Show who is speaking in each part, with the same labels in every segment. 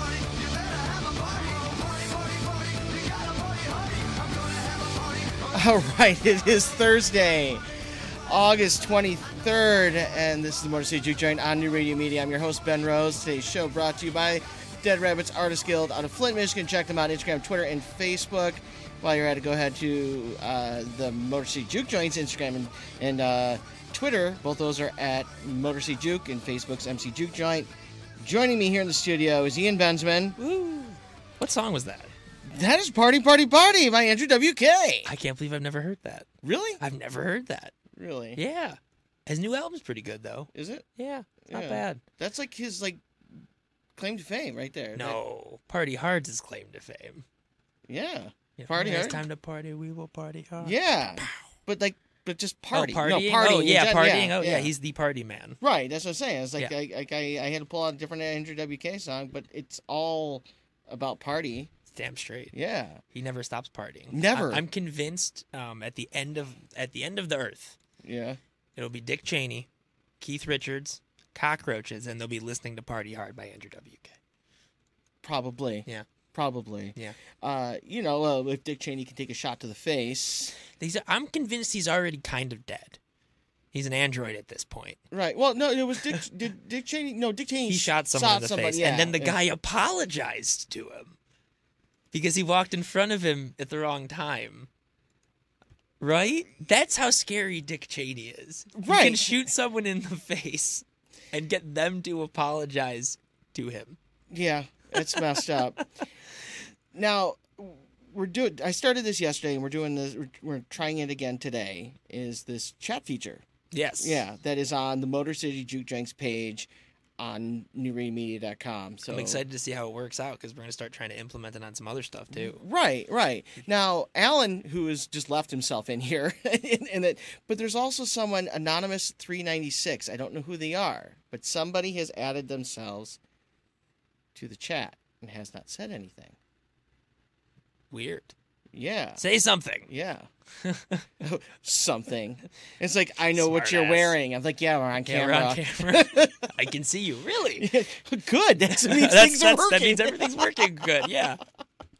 Speaker 1: All right, it is Thursday, August 23rd, and this is the Motor City Juke Joint on New Radio Media. I'm your host, Ben Rose. Today's show brought to you by Dead Rabbits Artist Guild out of Flint, Michigan. Check them out on Instagram, Twitter, and Facebook. While you're at it, go ahead to uh, the Motor City Juke Joint's Instagram and, and uh, Twitter. Both those are at Motor City Juke, and Facebook's MC Juke Joint. Joining me here in the studio is Ian Benzman.
Speaker 2: Woo. What song was that?
Speaker 1: That is Party, Party, Party by Andrew W.K.
Speaker 2: I can't believe I've never heard that.
Speaker 1: Really?
Speaker 2: I've never heard that.
Speaker 1: Really?
Speaker 2: Yeah. His new album's pretty good though.
Speaker 1: Is it?
Speaker 2: Yeah. It's not
Speaker 1: Yeah.
Speaker 2: bad.
Speaker 1: That's like his like claim to fame right there.
Speaker 2: No. Party Hard's his claim to fame.
Speaker 1: That- yeah.
Speaker 2: You know,
Speaker 1: Party
Speaker 2: when
Speaker 1: hard?
Speaker 2: It's time to party, we will party hard.
Speaker 1: Yeah. But like but just party.
Speaker 2: Oh, partying?
Speaker 1: No, partying.
Speaker 2: Oh, yeah,
Speaker 1: in gen-
Speaker 2: partying. oh, yeah. He's the party man.
Speaker 1: Right, that's what I'm saying. It's like
Speaker 2: Yeah.
Speaker 1: I, like I I had to pull out a different Andrew WK song, but it's all about party.
Speaker 2: Damn straight.
Speaker 1: Yeah.
Speaker 2: He never stops partying.
Speaker 1: Never.
Speaker 2: I- am convinced um, at the end of at the end of the earth,
Speaker 1: Yeah.
Speaker 2: it'll be Dick Cheney, Keith Richards, cockroaches, and they'll be listening to Party Hard by Andrew WK.
Speaker 1: Probably.
Speaker 2: Yeah.
Speaker 1: Probably.
Speaker 2: Yeah.
Speaker 1: Uh, you know, uh, if Dick Cheney can take a shot to the face.
Speaker 2: He's, I'm convinced he's already kind of dead. He's an android at this point.
Speaker 1: Right. Well, no, it was Dick did Dick Cheney. No, Dick Cheney
Speaker 2: He shot someone in the face,
Speaker 1: yeah,
Speaker 2: and then the
Speaker 1: yeah.
Speaker 2: guy apologized to him because he walked in front of him at the wrong time. Right? That's how scary Dick Cheney is. He can
Speaker 1: Right.
Speaker 2: shoot someone in the face and get them to apologize to him.
Speaker 1: Yeah, it's messed up. Now we're doing. I started this yesterday, and we're doing this. We're, we're trying it again today. Is this chat feature?
Speaker 2: Yes.
Speaker 1: Yeah, that is on the Motor City Juke Janks page on newradiomedia.com. So
Speaker 2: I'm excited to see how it works out because we're going to start trying to implement it on some other stuff too.
Speaker 1: Right, right. Now, Alan, who has just left himself in here, in, in it, but there's also someone anonymous 396. I don't know who they are, but somebody has added themselves to the chat and has not said anything.
Speaker 2: Weird.
Speaker 1: Yeah.
Speaker 2: Say something.
Speaker 1: Yeah. Something. It's like, I know what you're
Speaker 2: Smartass.
Speaker 1: wearing. I'm like, yeah, we're on camera.
Speaker 2: Yeah, we're on camera. I can see you. Really?
Speaker 1: good. That means
Speaker 2: That's-
Speaker 1: things are
Speaker 2: that's-
Speaker 1: working.
Speaker 2: That means everything's working good. Yeah,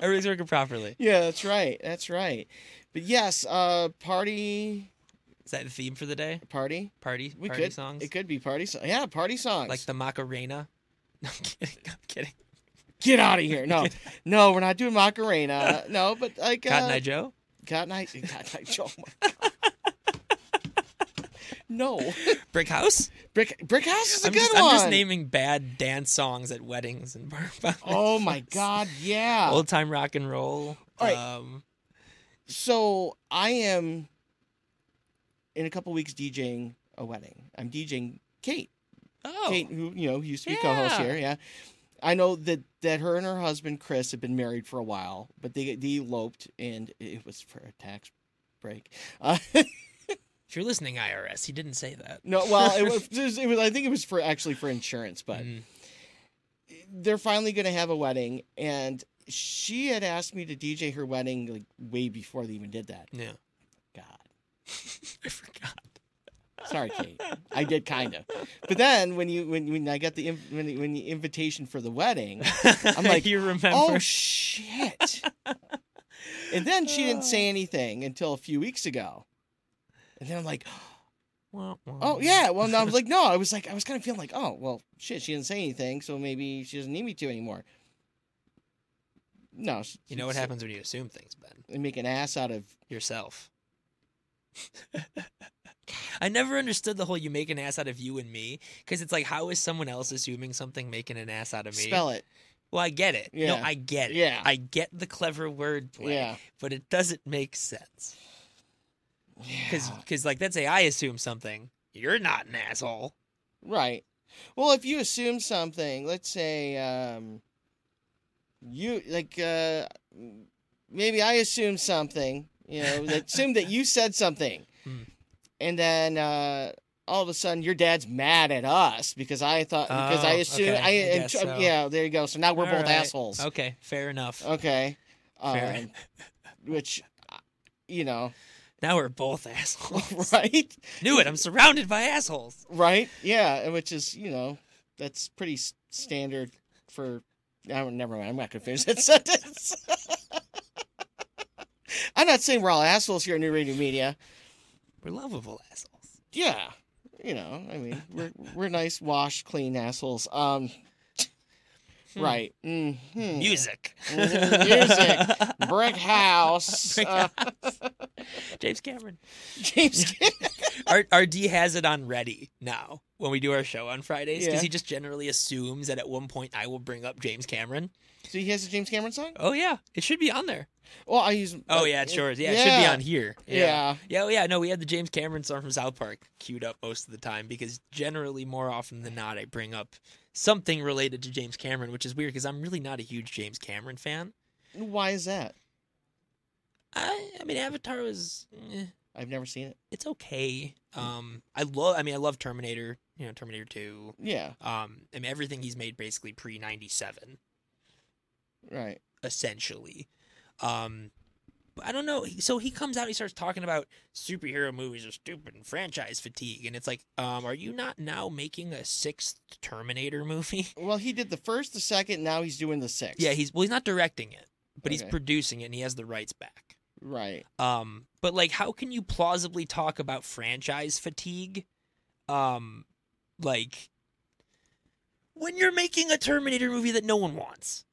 Speaker 2: everything's working properly.
Speaker 1: yeah, that's right. That's right. But yes, uh, party,
Speaker 2: Is that the theme for the day?
Speaker 1: party.
Speaker 2: Party,
Speaker 1: We
Speaker 2: party
Speaker 1: could.
Speaker 2: songs,
Speaker 1: It could be party songs. Yeah, party songs.
Speaker 2: like the Macarena. No, I'm kidding. I'm kidding.
Speaker 1: Get out of here. No, no, we're not doing Macarena. No, but like.
Speaker 2: Cotton
Speaker 1: uh,
Speaker 2: Eye Joe.
Speaker 1: Cotton Eye. Cotton Eye Joe. Oh my God. no.
Speaker 2: Brick House.
Speaker 1: Brick, Brick House is a
Speaker 2: I'm,
Speaker 1: good
Speaker 2: just,
Speaker 1: one.
Speaker 2: I'm just naming bad dance songs at weddings and bar.
Speaker 1: Oh my God! Yeah.
Speaker 2: Old time rock and roll.
Speaker 1: All right.
Speaker 2: Um,
Speaker 1: so I am in a couple weeks DJing a wedding. I'm DJing Kate.
Speaker 2: oh,
Speaker 1: Kate, who you know who used to be co-host
Speaker 2: Yeah.
Speaker 1: here, yeah. I know that that her and her husband Chris have been married for a while, but they they eloped, and it was for a tax break. Uh,
Speaker 2: if you're listening, IRS, he didn't say that.
Speaker 1: no, well, it was, it was it was- I think it was for actually for insurance, but
Speaker 2: Mm. Mm-hmm.
Speaker 1: they're finally going to have a wedding, and she had asked me to DJ her wedding like way before they even did that.
Speaker 2: yeah,
Speaker 1: God.
Speaker 2: I forgot.
Speaker 1: Sorry, Kate. I did kind of, but then when you when when I got the inv- when, the- when the invitation for the wedding, I'm like,
Speaker 2: you remember?
Speaker 1: oh shit! and then she didn't say anything until a few weeks ago, and then I'm like,
Speaker 2: Wah, wah.
Speaker 1: oh yeah. Well, no, I was like, no, I was like, I was kind of feeling like, oh well, shit, she didn't say anything, so maybe she doesn't need me to anymore. No, she-
Speaker 2: You know what
Speaker 1: she-
Speaker 2: happens when you assume things, Ben.
Speaker 1: They make an ass out of
Speaker 2: yourself. I never understood the whole you make an ass out of you and me because it's like how is someone else assuming something making an ass out of me?
Speaker 1: spell it.
Speaker 2: Well, I get it. No,
Speaker 1: Yeah.
Speaker 2: I get it.
Speaker 1: Yeah.
Speaker 2: I get the clever wordplay,
Speaker 1: Yeah.
Speaker 2: but it doesn't make sense because
Speaker 1: Yeah.
Speaker 2: like let's say I assume something, you're not an asshole.
Speaker 1: Right. Well, if you assume something, let's say um, you like uh, maybe I assume something, you know, that- assume that you said something,
Speaker 2: Hmm.
Speaker 1: and then uh, all of a sudden your dad's mad at us because I thought because I
Speaker 2: Oh,
Speaker 1: assume
Speaker 2: okay.
Speaker 1: I,
Speaker 2: I
Speaker 1: and
Speaker 2: guess
Speaker 1: tr-
Speaker 2: so.
Speaker 1: yeah there you go. So now we're
Speaker 2: All
Speaker 1: both
Speaker 2: right.
Speaker 1: assholes.
Speaker 2: Okay, fair enough.
Speaker 1: Okay.
Speaker 2: Fair.
Speaker 1: Um, which uh, you know,
Speaker 2: now we're both assholes.
Speaker 1: right?
Speaker 2: Knew it. I'm surrounded by assholes.
Speaker 1: Right? Yeah, and which is you know that's pretty s- standard for. I don't, never mind. I'm not gonna finish that sentence. I'm not saying we're all assholes here at New Radio Media.
Speaker 2: We're lovable assholes.
Speaker 1: Yeah, you know, I mean, we're we're nice, washed, clean assholes. Um, right. hmm
Speaker 2: Music.
Speaker 1: Mhm, music. Brick house. Uh,
Speaker 2: James Cameron.
Speaker 1: James.
Speaker 2: R- RD has it on ready now when we do our show on Fridays because
Speaker 1: Yeah.
Speaker 2: he just generally assumes that at one point I will bring up James Cameron.
Speaker 1: So he has a James Cameron song.
Speaker 2: Oh yeah, it should be on there.
Speaker 1: Well, I use. uh,
Speaker 2: Oh yeah, it's yours. Yeah, it should be on here.
Speaker 1: Yeah.
Speaker 2: Yeah, oh, yeah, no, we had the James Cameron song from South Park queued up most of the time because generally, more often than not, I bring up something related to James Cameron, which is weird because I'm really not a huge James Cameron fan.
Speaker 1: Why is that?
Speaker 2: I, I mean, Avatar was, eh,
Speaker 1: I've never seen it.
Speaker 2: it's okay. Um, I love, I mean, I love Terminator, you know, Terminator Two.
Speaker 1: Yeah.
Speaker 2: Um, I mean, everything he's made basically pre ninety seven,
Speaker 1: Right.
Speaker 2: essentially. Um, but I don't know. He- So he comes out, he starts talking about superhero movies are stupid and franchise fatigue, and it's like, um, are you not now making a sixth Terminator movie?
Speaker 1: Well, he did the first, the second. Now he's doing the sixth.
Speaker 2: yeah, he's well, he's not directing it, but he's
Speaker 1: Okay.
Speaker 2: producing it, and he has the rights back.
Speaker 1: Right.
Speaker 2: Um, but like, how can you plausibly talk about franchise fatigue? Um, like when you're making a Terminator movie that no one wants,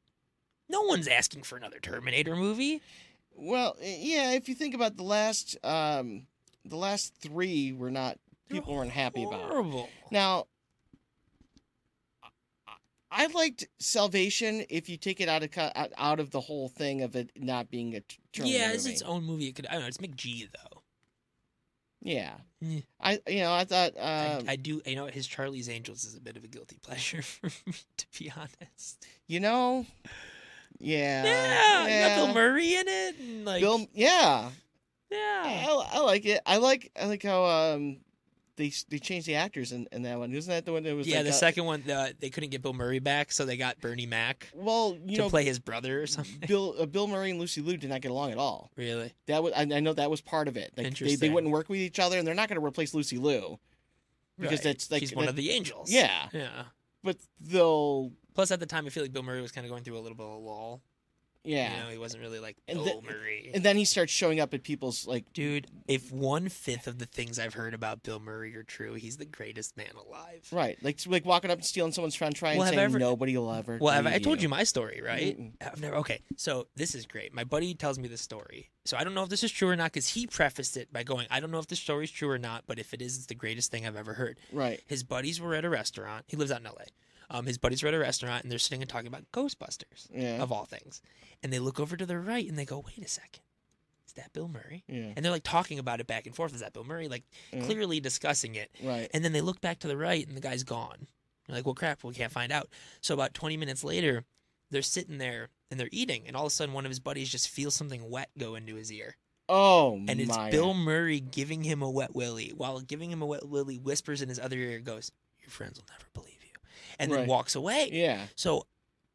Speaker 2: no one's asking for another Terminator movie.
Speaker 1: Well, i- yeah. If you think about the last, um, the last three were not
Speaker 2: They're
Speaker 1: people weren't happy about.
Speaker 2: Horrible.
Speaker 1: Now, I- I liked Salvation. If you take it out of co- out out of the whole thing of it not being a t- Terminator
Speaker 2: yeah, it's
Speaker 1: movie.
Speaker 2: its own movie. It could. I don't know. It's McG though.
Speaker 1: Yeah.
Speaker 2: Yeah.
Speaker 1: I you know I thought
Speaker 2: I,
Speaker 1: um,
Speaker 2: I do. You know, his Charlie's Angels is a bit of a guilty pleasure for me, to be honest.
Speaker 1: you know. Yeah.
Speaker 2: yeah, you got
Speaker 1: Uh, yeah.
Speaker 2: Bill Murray in it. And like,
Speaker 1: Bill, yeah,
Speaker 2: yeah.
Speaker 1: I, I like it. I like I like how um they they changed the actors in, in that one. Isn't that the one that was
Speaker 2: yeah,
Speaker 1: like
Speaker 2: the
Speaker 1: uh,
Speaker 2: second one, the, they couldn't get Bill Murray back, so they got Bernie Mac
Speaker 1: Well, you
Speaker 2: to
Speaker 1: know,
Speaker 2: play his brother or something.
Speaker 1: Bill uh, Bill Murray and Lucy Liu did not get along at all.
Speaker 2: Really?
Speaker 1: That was I, I know that was part of it. Like, they they
Speaker 2: Interesting.
Speaker 1: wouldn't work with each other, and they're not going to replace Lucy Liu. Because
Speaker 2: Right.
Speaker 1: that's, like,
Speaker 2: she's one
Speaker 1: that-
Speaker 2: of the angels.
Speaker 1: Yeah,
Speaker 2: yeah.
Speaker 1: but they'll
Speaker 2: Plus, at the time, I feel like Bill Murray was kind of going through a little bit of a lull.
Speaker 1: yeah.
Speaker 2: You know, he wasn't really like
Speaker 1: And
Speaker 2: Bill
Speaker 1: the-
Speaker 2: Murray.
Speaker 1: And then he starts showing up at people's like
Speaker 2: Dude, if one fifth of the things I've heard about Bill Murray are true, he's the greatest man alive.
Speaker 1: right, like like walking up and stealing someone's French fry and
Speaker 2: Well, have I
Speaker 1: saying
Speaker 2: ever-
Speaker 1: nobody will ever.
Speaker 2: Well, have
Speaker 1: need
Speaker 2: I, I told you my story, right?
Speaker 1: Mm-mm.
Speaker 2: I've never. Okay, so this is great. My buddy tells me this story. So I don't know if this is true or not because he prefaced it by going, "I don't know if this story's true or not, but if it is, it's the greatest thing I've ever heard."
Speaker 1: Right,
Speaker 2: His buddies were at a restaurant. He lives out in L.A. Um, his buddies were at a restaurant and they're sitting and talking about Ghostbusters
Speaker 1: yeah,
Speaker 2: of all things, and they look over to their right and they go, "Wait a second, is that Bill Murray?"
Speaker 1: yeah,
Speaker 2: And they're like talking about it back and forth. Is that Bill Murray? Like
Speaker 1: Mhm.
Speaker 2: clearly discussing it.
Speaker 1: right,
Speaker 2: And then they look back to the right and the guy's gone. They're like, well, crap, we can't find out. So about 20 minutes later, they're sitting there and they're eating. And all of a sudden, one of his buddies just feels something wet go into his ear.
Speaker 1: oh
Speaker 2: And it's
Speaker 1: my.
Speaker 2: Bill Murray giving him a wet willy while giving him a wet willy, whispers in his other ear, goes, Your friends will never believe you. And
Speaker 1: Right.
Speaker 2: then walks away.
Speaker 1: yeah,
Speaker 2: So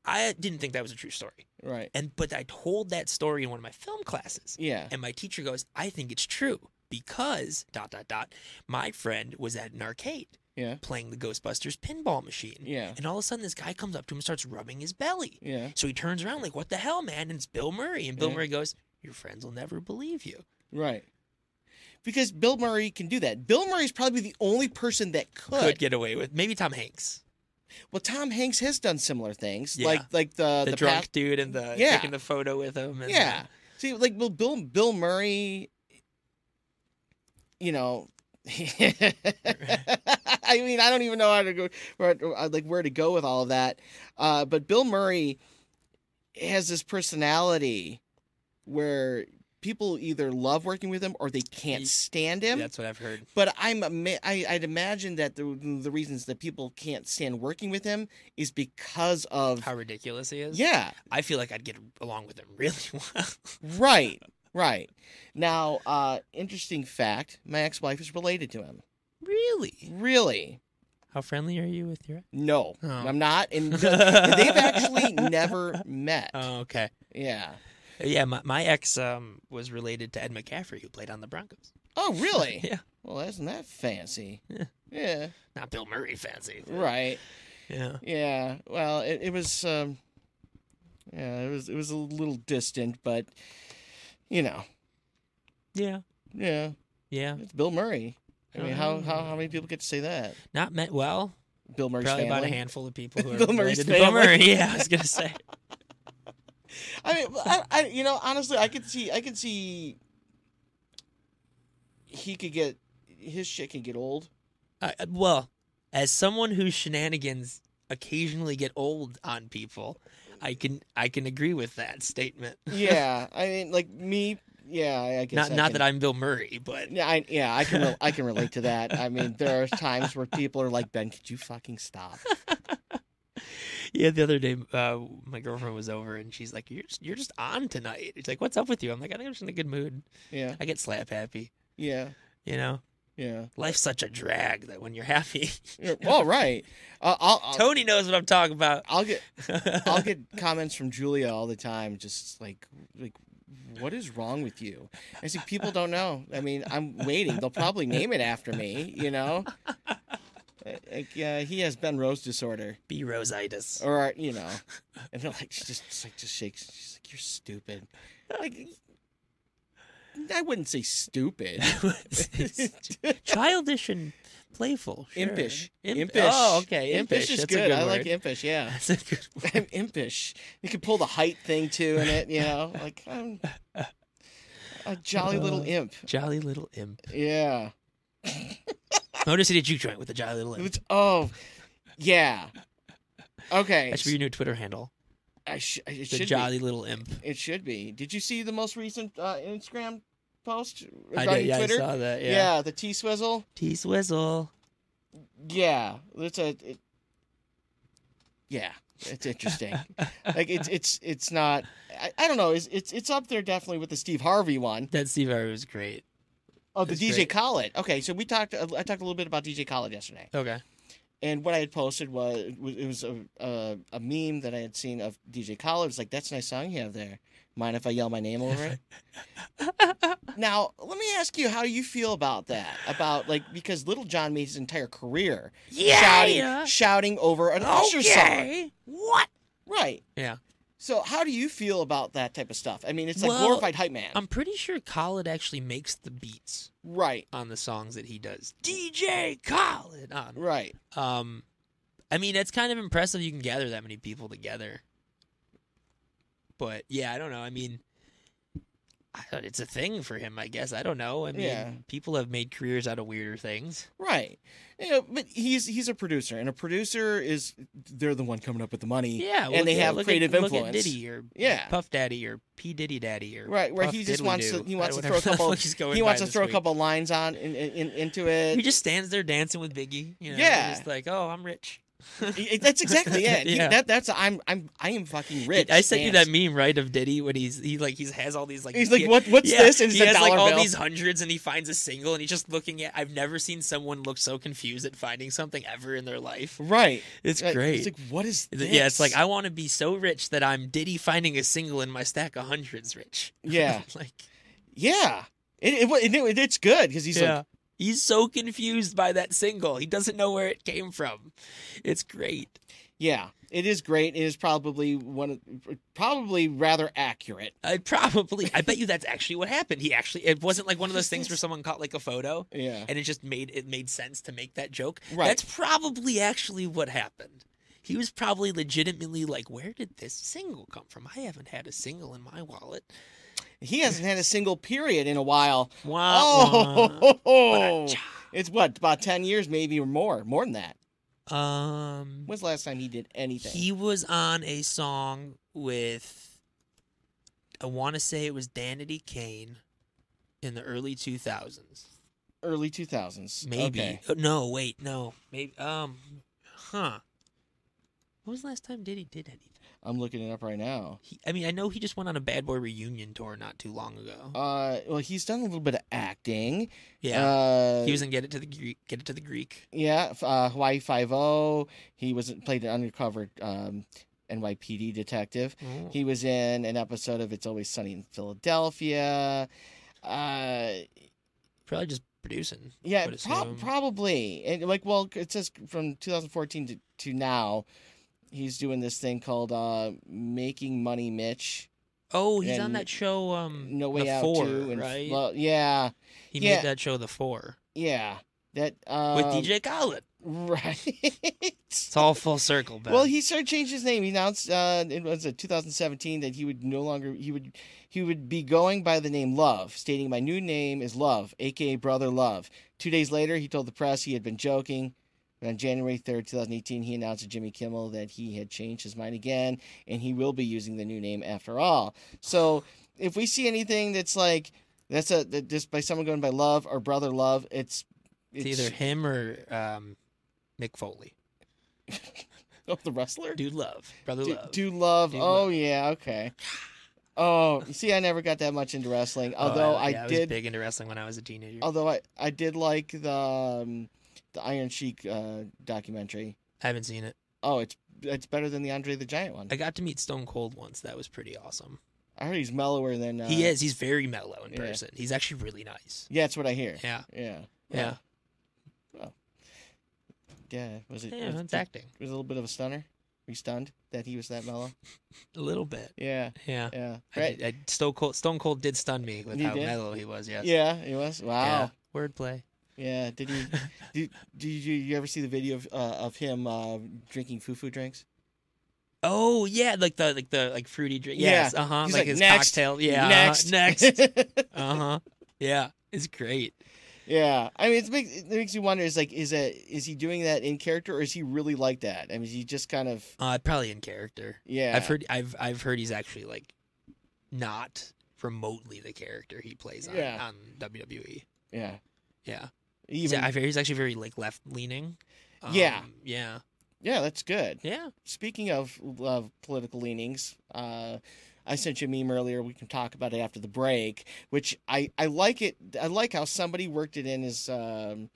Speaker 2: I didn't think that was a true story.
Speaker 1: right,
Speaker 2: And but I told that story in one of my film classes.
Speaker 1: yeah,
Speaker 2: And my teacher goes, I think it's true because dot dot dot, my friend was at an arcade
Speaker 1: yeah,
Speaker 2: playing the Ghostbusters pinball machine.
Speaker 1: yeah,
Speaker 2: And all of a sudden, this guy comes up to him and starts rubbing his belly.
Speaker 1: yeah,
Speaker 2: So he turns around, like, what the hell, man? And it's Bill Murray. And Bill
Speaker 1: Yeah.
Speaker 2: Murray goes, Your friends will never believe you.
Speaker 1: right. Because Bill Murray can do that. Bill Murray's probably the only person that
Speaker 2: Could get away with Maybe Tom Hanks,
Speaker 1: Well, Tom Hanks has done similar things,
Speaker 2: Yeah.
Speaker 1: like like the
Speaker 2: the,
Speaker 1: Uh, the
Speaker 2: drunk
Speaker 1: past-
Speaker 2: dude and the
Speaker 1: Yeah.
Speaker 2: taking the photo with him. And
Speaker 1: Yeah. See, like Bill Bill, Bill Murray, you know. I mean, I don't even know how to go, where, uh, like where to go with all of that. Uh, but Bill Murray has this personality where people either love working with him or they can't
Speaker 2: Ye-
Speaker 1: stand
Speaker 2: the-
Speaker 1: him.
Speaker 2: that's what I've heard.
Speaker 1: But I'm ama- I, I'd imagine that the the reasons that people can't stand working with him is because of
Speaker 2: How ridiculous he is.
Speaker 1: yeah,
Speaker 2: I feel like I'd get along with him really well.
Speaker 1: right, right. Now, uh, interesting fact: my ex-wife is related to him.
Speaker 2: really?
Speaker 1: Really?
Speaker 2: How friendly are you with your.
Speaker 1: No,
Speaker 2: Oh.
Speaker 1: I'm not. And th- they've actually never met.
Speaker 2: Oh, okay.
Speaker 1: Yeah.
Speaker 2: Uh, Yeah, my, my ex um, was related to Ed McCaffrey, who played on the Broncos.
Speaker 1: Oh, really?
Speaker 2: Yeah.
Speaker 1: Well, isn't that fancy?
Speaker 2: Yeah.
Speaker 1: Yeah.
Speaker 2: Not Bill Murray fancy.
Speaker 1: Right.
Speaker 2: Yeah.
Speaker 1: Yeah. Well, it, it was. Um, yeah, it was. It was a little distant, but you know,
Speaker 2: Yeah.
Speaker 1: Yeah,
Speaker 2: Yeah.
Speaker 1: it's Bill Murray. I mean, how,
Speaker 2: Mm.
Speaker 1: how how many people get to say that?
Speaker 2: Not meant well.
Speaker 1: Bill Murray's
Speaker 2: probably
Speaker 1: family.
Speaker 2: about a handful of people who are
Speaker 1: Bill Murray's
Speaker 2: related to Bill
Speaker 1: family.
Speaker 2: Murray. Yeah, I was gonna say.
Speaker 1: I mean, I, I you know honestly, I could see I could see he could get his shit can get old.
Speaker 2: I, I- well, as someone whose shenanigans occasionally get old on people, I can I can agree with that statement.
Speaker 1: Yeah, I mean, like me. Yeah, I I guess
Speaker 2: not
Speaker 1: I
Speaker 2: not
Speaker 1: can,
Speaker 2: that I'm Bill Murray, but
Speaker 1: Yeah, I, yeah, I can rel I can relate to that. I mean, there are times where people are like, "Ben, could you fucking stop?"
Speaker 2: yeah. The other day, uh, my girlfriend was over and she's like, "You're just, you're just on tonight." It's like, "What's up with you?" I'm like, "I think I'm just in a good mood.
Speaker 1: Yeah,
Speaker 2: I get slap happy.
Speaker 1: yeah,
Speaker 2: You know,
Speaker 1: yeah.
Speaker 2: life's such a drag that when you're happy,
Speaker 1: You're- All right, uh, I'll, I'll
Speaker 2: Tony knows what I'm talking about.
Speaker 1: I'll get I'll get comments from Julia all the time, just like like what is wrong with you? I see people don't know. I mean, I'm waiting. They'll probably name it after me, you know. Like, yeah, he has Ben Rose disorder,
Speaker 2: Be rositis.
Speaker 1: or you know, and they're like, she just it's like just shakes. She's like, you're stupid. Like, I wouldn't say stupid.
Speaker 2: childish and playful. sure.
Speaker 1: Impish.
Speaker 2: Imp-
Speaker 1: Impish.
Speaker 2: Oh, okay. Impish,
Speaker 1: Impish is
Speaker 2: That's
Speaker 1: good.
Speaker 2: A good
Speaker 1: I like
Speaker 2: word.
Speaker 1: impish. Yeah.
Speaker 2: That's a good word.
Speaker 1: I'm impish. You could pull the height thing too in it, you know, like I'm a jolly little
Speaker 2: Uh,
Speaker 1: imp.
Speaker 2: Jolly little imp.
Speaker 1: Yeah.
Speaker 2: Motor City Juke Joint with a jolly little imp.
Speaker 1: It's- oh, yeah. Okay.
Speaker 2: That should be your new Twitter handle.
Speaker 1: I sh- it
Speaker 2: The
Speaker 1: should
Speaker 2: jolly little imp.
Speaker 1: be. It should be. Did you see the most recent uh, Instagram post
Speaker 2: I
Speaker 1: regarding
Speaker 2: did. Yeah,
Speaker 1: Twitter?
Speaker 2: I saw that. Yeah.
Speaker 1: yeah, the T Swizzle.
Speaker 2: T Swizzle.
Speaker 1: Yeah, it's a. It, yeah, it's interesting. like it's it's it's not. I, I don't know. It's, it's it's up there definitely with the Steve Harvey one.
Speaker 2: That Steve Harvey was great.
Speaker 1: Oh, the
Speaker 2: That's
Speaker 1: DJ
Speaker 2: great.
Speaker 1: Khaled. Okay, so we talked. uh, I talked a little bit about DJ Khaled yesterday,
Speaker 2: Okay.
Speaker 1: and what I had posted was it was a a, a meme that I had seen of DJ Khaled. It's like that's a nice song you have there. Mind if I yell my name over it? now, let me ask you how you feel about that. About like because Little John made his entire career shouting shouting over an Usher song,
Speaker 2: What?
Speaker 1: right?
Speaker 2: Yeah.
Speaker 1: So how do you feel about that type of stuff? I mean, it's like
Speaker 2: Well,
Speaker 1: glorified hype man,
Speaker 2: I'm pretty sure Khaled actually makes the beats
Speaker 1: right?
Speaker 2: on the songs that he does. DJ Khaled on
Speaker 1: Right.
Speaker 2: Um, I mean, that's kind of impressive. You can gather that many people together. But yeah, I don't know. I mean, I don't, it's a thing for him, I guess. I don't know. I mean,
Speaker 1: Yeah.
Speaker 2: people have made careers out of weirder things.
Speaker 1: Right. You know, but he's he's a producer, and a producer is they're the one coming up with the money.
Speaker 2: Yeah,
Speaker 1: and they
Speaker 2: look at-
Speaker 1: have
Speaker 2: look at-
Speaker 1: creative
Speaker 2: Look at
Speaker 1: influence.
Speaker 2: Diddy or
Speaker 1: Yeah.
Speaker 2: Puff Daddy or P Diddy Daddy or
Speaker 1: Right, where
Speaker 2: Puff
Speaker 1: he just
Speaker 2: Diddly
Speaker 1: wants to-
Speaker 2: Do,
Speaker 1: he wants
Speaker 2: or
Speaker 1: to throw a
Speaker 2: whatever the
Speaker 1: couple-
Speaker 2: fuck he's going
Speaker 1: He wants to
Speaker 2: by this
Speaker 1: throw a
Speaker 2: week.
Speaker 1: couple lines on in, in, in- into it.
Speaker 2: He just stands there dancing with Biggie. You know,
Speaker 1: Yeah.
Speaker 2: just like oh, I'm rich.
Speaker 1: It- That's exactly it. He-
Speaker 2: Yeah.
Speaker 1: that that's I'm I'm I am fucking rich.
Speaker 2: I sent you that
Speaker 1: Vance.
Speaker 2: meme right of Diddy when he's he like he has all these like
Speaker 1: He's like,
Speaker 2: ki-
Speaker 1: what? What's this? And
Speaker 2: he
Speaker 1: it's a
Speaker 2: has
Speaker 1: dollar
Speaker 2: like all
Speaker 1: bill.
Speaker 2: these hundreds, and he finds a single, and he's just looking at. I've never seen someone look so confused at finding something ever in their life.
Speaker 1: right.
Speaker 2: It's
Speaker 1: Like,
Speaker 2: great.
Speaker 1: It's like what is
Speaker 2: Is it-
Speaker 1: this?
Speaker 2: yeah, it's like I want to be so rich that I'm Diddy finding a single in my stack of hundreds, rich.
Speaker 1: Yeah.
Speaker 2: like
Speaker 1: yeah. It, it, wa- it, it it's good because he's like
Speaker 2: he's so confused by that single. He doesn't know where it came from. It's great.
Speaker 1: yeah. It is great. It is probably one of, probably rather accurate.
Speaker 2: I probably, I bet you that's actually what happened. He actually, it wasn't like one of those things where someone caught like a photo
Speaker 1: Yeah.
Speaker 2: and it just made it made sense to make that joke.
Speaker 1: Right.
Speaker 2: That's probably actually what happened. He was probably legitimately like, "Where did this single come from? I haven't had a single in my wallet."
Speaker 1: He hasn't had a single period in a while.
Speaker 2: Wah,
Speaker 1: Oh,
Speaker 2: wah. What a
Speaker 1: it's what about ten years, maybe or more, more than that.
Speaker 2: cha- um,
Speaker 1: When's the last time he did anything?
Speaker 2: he was on a song with, I want to say it was Danity Kane, in the early two thousands.
Speaker 1: Early two thousands,
Speaker 2: Maybe. Uh, No, wait, no. Maybe. Um, huh. When was the last time Diddy did anything?
Speaker 1: I'm looking it up right now.
Speaker 2: He, I mean, I know he just went on a Bad Boy reunion tour not too long ago.
Speaker 1: Uh, well, he's done a little bit of acting.
Speaker 2: yeah,
Speaker 1: Uh,
Speaker 2: he was in Get It to the Greek. Get It to the Greek.
Speaker 1: yeah, f- uh, Hawaii Five O. He was played an undercover um, NYPD detective.
Speaker 2: Oh.
Speaker 1: He was in an episode of It's Always Sunny in Philadelphia. Uh,
Speaker 2: Probably just producing.
Speaker 1: Yeah,
Speaker 2: would
Speaker 1: prob
Speaker 2: assume.
Speaker 1: probably. And like, well, it says from 2014 to, to now, he's doing this thing called uh, "Making Money, Mitch."
Speaker 2: Oh, he's on
Speaker 1: And
Speaker 2: that show. Um,
Speaker 1: No Way
Speaker 2: the
Speaker 1: Out
Speaker 2: Four,
Speaker 1: too, and
Speaker 2: right?
Speaker 1: well, yeah,
Speaker 2: he
Speaker 1: yeah.
Speaker 2: made that show the Four
Speaker 1: yeah. That um,
Speaker 2: with DJ Khaled.
Speaker 1: right?
Speaker 2: It's all full circle, Ben.
Speaker 1: Well, he sort of changed his name. He announced uh, it was uh, 2017 that he would no longer he would he would be going by the name Love, stating my new name is Love, aka Brother Love. Two days later, he told the press he had been joking. But on January 3rd, 2018, he announced to Jimmy Kimmel that he had changed his mind again and he will be using the new name after all. So, if we see anything that's like that's a that just by someone going by Love or Brother Love, it's
Speaker 2: it's
Speaker 1: it's
Speaker 2: either him or um, Mick Foley.
Speaker 1: oh, the wrestler.
Speaker 2: Dude, love, brother,
Speaker 1: Do,
Speaker 2: love.
Speaker 1: do love.
Speaker 2: Do
Speaker 1: oh
Speaker 2: love.
Speaker 1: yeah, okay. Oh, you see, I never got that much into wrestling.
Speaker 2: Oh,
Speaker 1: Although I,
Speaker 2: yeah, was
Speaker 1: did,
Speaker 2: big into wrestling when I was a teenager.
Speaker 1: although I, I did like the um, the Iron Sheik uh, documentary.
Speaker 2: I haven't seen it.
Speaker 1: Oh, it's it's better than the Andre the Giant one.
Speaker 2: I got to meet Stone Cold once. That was pretty awesome.
Speaker 1: I heard he's mellower than uh,
Speaker 2: he is. He's very mellow in
Speaker 1: yeah.
Speaker 2: person. He's actually really nice.
Speaker 1: Yeah, that's what I hear.
Speaker 2: Yeah,
Speaker 1: Yeah,
Speaker 2: yeah,
Speaker 1: yeah. Was it?
Speaker 2: yeah.
Speaker 1: was,
Speaker 2: That's acting
Speaker 1: was it a little bit of a stunner. Were you stunned that he was that mellow?
Speaker 2: a little bit.
Speaker 1: Yeah,
Speaker 2: Yeah.
Speaker 1: yeah.
Speaker 2: I
Speaker 1: Right?
Speaker 2: did- I, Stone Cold Stone Cold did stun me with
Speaker 1: You
Speaker 2: how
Speaker 1: did?
Speaker 2: mellow he was. Yes.
Speaker 1: Yeah, he was. Wow.
Speaker 2: Yeah. Wordplay.
Speaker 1: Yeah. Did you did, did you, you ever see the video of uh, of him uh, drinking foo foo drinks?
Speaker 2: Oh yeah, like the like the like fruity drink.
Speaker 1: Yeah.
Speaker 2: Yes. Uh huh.
Speaker 1: He's
Speaker 2: Like,
Speaker 1: like,
Speaker 2: his
Speaker 1: "Next,
Speaker 2: cocktail. Yeah. uh-huh,
Speaker 1: Next.
Speaker 2: Next. uh huh. Yeah. It's great.
Speaker 1: yeah. I mean, it's makes it makes you wonder. Is like, is that is he doing that in character, or is he really like that? I mean, is he just kind of
Speaker 2: Uh, probably in character.
Speaker 1: yeah.
Speaker 2: I've heard. I've I've heard he's actually like not remotely the character he plays on,
Speaker 1: Yeah.
Speaker 2: on WWE.
Speaker 1: Yeah.
Speaker 2: Yeah. He's-
Speaker 1: Even, yeah,
Speaker 2: I've heard he's actually very like left leaning.
Speaker 1: Yeah.
Speaker 2: Yeah.
Speaker 1: that's good.
Speaker 2: Yeah.
Speaker 1: Speaking of of political leanings, uh, I sent you a meme earlier. We can talk about it after the break. Which I I like it. I like how somebody worked it in as um.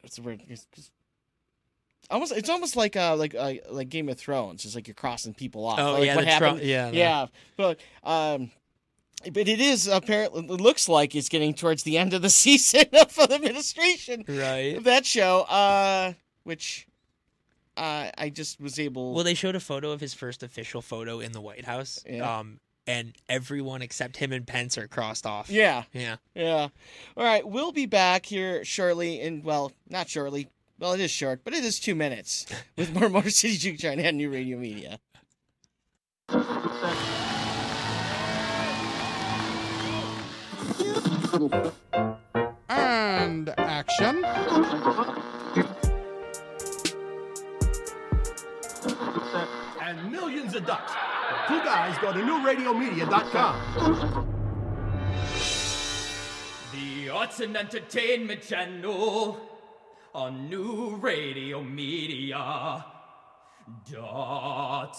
Speaker 1: What's the word? It's- it's- Almost, it's almost like uh, like uh, like Game of Thrones. It's like you're crossing people off.
Speaker 2: Oh
Speaker 1: like
Speaker 2: yeah.
Speaker 1: what
Speaker 2: the Trump-
Speaker 1: happened?
Speaker 2: yeah. the-
Speaker 1: Yeah, but um, but it is apparently it looks like it's getting towards the end of the season of the administration
Speaker 2: Right.
Speaker 1: of that show. Uh, which uh, I just was able.
Speaker 2: Well, they showed a photo of his first official photo in the White House.
Speaker 1: Yeah.
Speaker 2: Um, and everyone except him and Pence are crossed off.
Speaker 1: yeah,
Speaker 2: Yeah.
Speaker 1: yeah. All right, we'll be back here shortly, and well, not shortly. Well, it is short, but it is two minutes with more Motor City Juke Giant and New Radio Media.
Speaker 3: And action.
Speaker 4: and millions of ducks. Two guys go to newradiomedia.com.
Speaker 5: The Arts and Entertainment Channel on New Radio Media dot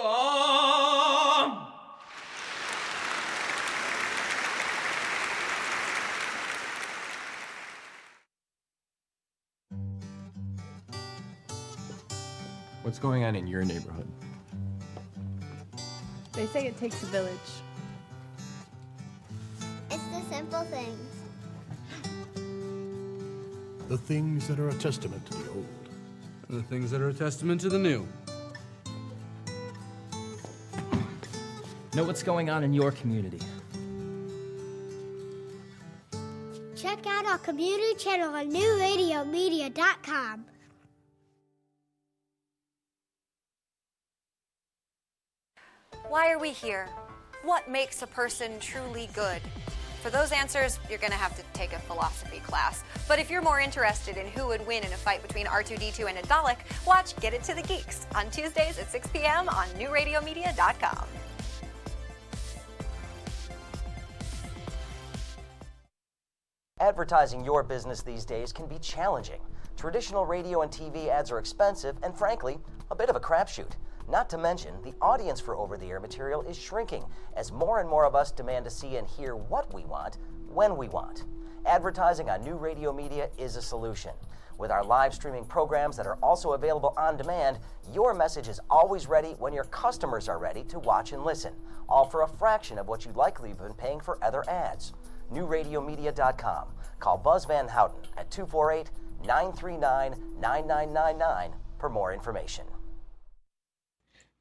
Speaker 5: com.
Speaker 6: What's going on in your neighborhood?
Speaker 7: They say it takes a village.
Speaker 8: It's the simple things.
Speaker 4: The things that are a testament to the old.
Speaker 9: The things that are a testament to the new.
Speaker 6: Know what's going on in your community.
Speaker 8: Check out our community channel on newradiomedia.com.
Speaker 10: Why are we here? What makes a person truly good? For those answers, you're going to have to take a philosophy class. But if you're more interested in who would win in a fight between R2D2 and a Dalek, watch Get It to the Geeks on Tuesdays at 6 p.m. on newradiomedia.com.
Speaker 11: Advertising your business these days can be challenging. Traditional radio and TV ads are expensive and, frankly, a bit of a crapshoot. Not to mention, the audience for over the air material is shrinking as more and more of us demand to see and hear what we want, when we want. Advertising on new radio media is a solution. With our live streaming programs that are also available on demand, your message is always ready when your customers are ready to watch and listen, all for a fraction of what you'd likely have been paying for other ads newradiomedia.com. Call Buzz Van Houten at 248 939 9999 for more information.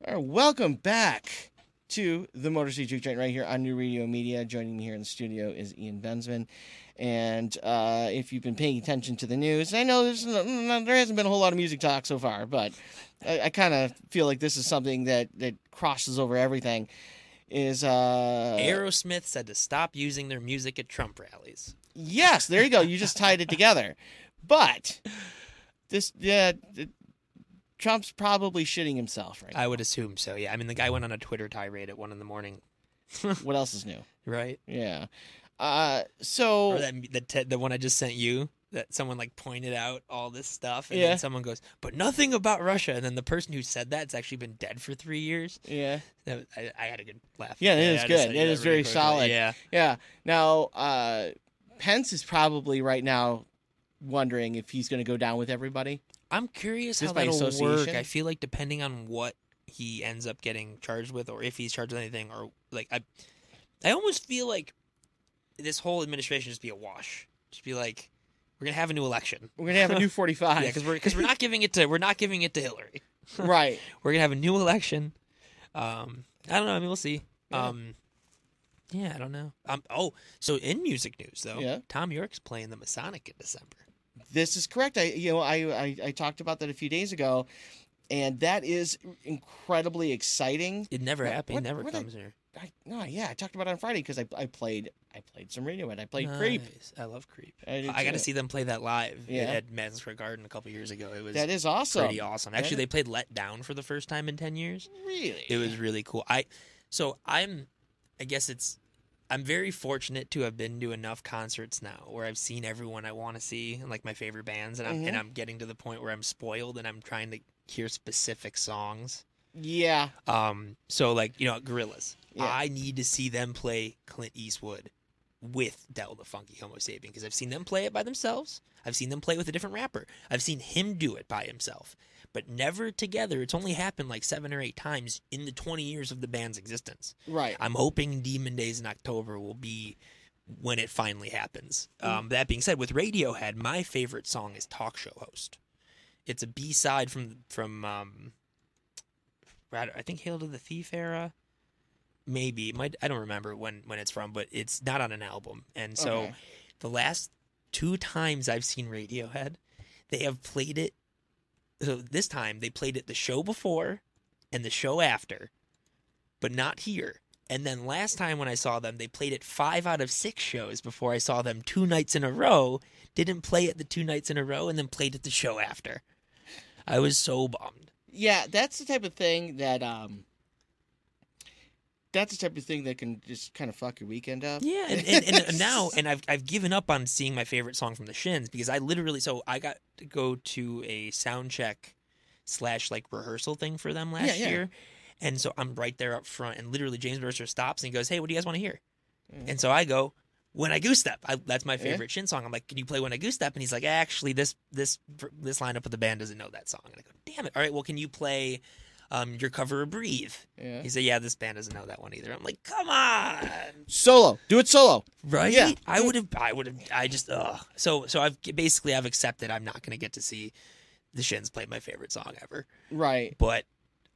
Speaker 1: All right, welcome back to the Motor City Juke Joint right here on New Radio Media. Joining me here in the studio is Ian Benzman. And uh, if you've been paying attention to the news, I know there's no, no- there hasn't been a whole lot of music talk so far, but I, I kind of feel like this is something that, that crosses over everything. Is uh,
Speaker 2: Aerosmith said to stop using their music at Trump rallies.
Speaker 1: Yes, there you go. You just tied it together. But this, yeah, th- Trump's probably shitting himself right now.
Speaker 2: I would assume so. Yeah. I mean, the guy went on a Twitter tirade at one in the morning,
Speaker 1: What else is new?
Speaker 2: right?
Speaker 1: Yeah. Uh, so
Speaker 2: Or that the te- the one I just sent you that someone like pointed out all this stuff, and
Speaker 1: Yeah.
Speaker 2: then someone goes, "But nothing about Russia." And then the person who said that's actually been dead for three years.
Speaker 1: yeah,
Speaker 2: That was, I, I had a good laugh.
Speaker 1: yeah, it is
Speaker 2: I just
Speaker 1: good.
Speaker 2: sent
Speaker 1: It
Speaker 2: you that
Speaker 1: is
Speaker 2: really
Speaker 1: very
Speaker 2: quickly.
Speaker 1: solid.
Speaker 2: Yeah.
Speaker 1: yeah. Now, uh, Pence is probably right now wondering if he's going to go down with everybody.
Speaker 2: I'm curious
Speaker 1: Just
Speaker 2: how
Speaker 1: by
Speaker 2: that'll work.
Speaker 1: association?
Speaker 2: I feel like depending on what he ends up getting charged with, or if he's charged with anything, or like I, I almost feel like this whole administration just be a wash. Just be like, we're gonna have a new election.
Speaker 1: We're going to have a new
Speaker 2: Yeah,
Speaker 1: forty-five.
Speaker 2: because we're because we're not giving it to we're not giving it to Hillary.
Speaker 1: right.
Speaker 2: We're gonna have a new election. Um, I don't know. I mean, we'll see. Um, yeah, I don't know. Um, oh, so in music news though,
Speaker 1: Yeah.
Speaker 2: Tom York's playing the Masonic in December.
Speaker 1: This is correct. I you know I, I I talked about that a few days ago, and that is incredibly exciting.
Speaker 2: It never
Speaker 1: What-
Speaker 2: happened.
Speaker 1: what-
Speaker 2: it never
Speaker 1: what I-
Speaker 2: comes here.
Speaker 1: I, no, yeah, I talked about it on Friday because I I played I played some Radiohead. I played Creep.
Speaker 2: Nice. I love Creep.
Speaker 1: I did
Speaker 2: I, got
Speaker 1: too.
Speaker 2: to see them play that live
Speaker 1: Yeah.
Speaker 2: at Madison Square Garden a couple years ago. It was
Speaker 1: That is awesome.
Speaker 2: pretty awesome.
Speaker 1: That
Speaker 2: Actually,
Speaker 1: is-
Speaker 2: they played Let Down for the first time in ten years.
Speaker 1: Really?
Speaker 2: It was really cool. I so I'm I guess it's I'm very fortunate to have been to enough concerts now where I've seen everyone I want to see and like my favorite bands and I'm
Speaker 1: Mm-hmm.
Speaker 2: and I'm getting to the point where I'm spoiled and I'm trying to hear specific songs.
Speaker 1: Yeah.
Speaker 2: Um so like, you know, Gorillas.
Speaker 1: Yeah.
Speaker 2: I need to see them play Clint Eastwood with Del the Funky Homo Sapien because I've seen them play it by themselves. I've seen them play with a different rapper. I've seen him do it by himself, but never together. It's only happened like seven or eight times in the 20 years of the band's existence.
Speaker 1: Right.
Speaker 2: I'm hoping Demon Days in October will be when it finally happens. Um, that being said, with Radiohead, my favorite song is Talk Show Host. It's a B side from from um, I I think Hail to the Thief era maybe it might I don't remember when when it's from, but it's not on an album. And so
Speaker 1: Okay.
Speaker 2: the last two times I've seen Radiohead, they have played it. So this time they played it the show before and the show after, but not here. And then last time when I saw them, they played it five out of six shows before I saw them two nights in a row. Didn't play it the two nights in a row and then played it the show after. I was so bummed.
Speaker 1: Yeah, that's the type of thing that um that's the type of thing that can just kind of fuck your weekend up.
Speaker 2: Yeah, and, and, and now and I've I've given up on seeing my favorite song from the Shins because I literally so I got to go to a sound check slash like rehearsal thing for them last
Speaker 1: Yeah, yeah.
Speaker 2: year, and so I'm right there up front, and literally James Mercer stops and he goes, "Hey, what do you guys want to hear?" And so I go, "When I Goose Step." I, that's my
Speaker 1: Mm. Yeah.
Speaker 2: favorite Shin song. I'm like, "Can you play When I Goose Step?" And he's like, "Actually, this this this lineup of the band doesn't know that song." And I go, "Damn it! All right, well, can you play?" Um, your cover of Breathe.
Speaker 1: Yeah.
Speaker 2: He said, Yeah, this band doesn't know that one either. I'm like, Come on.
Speaker 1: Solo. Do it solo.
Speaker 2: Right?
Speaker 1: Yeah.
Speaker 2: I would have. I would have. I just. Ugh. So so I've basically I've accepted I'm not gonna get to see the Shins play my favorite song ever,
Speaker 1: Right.
Speaker 2: but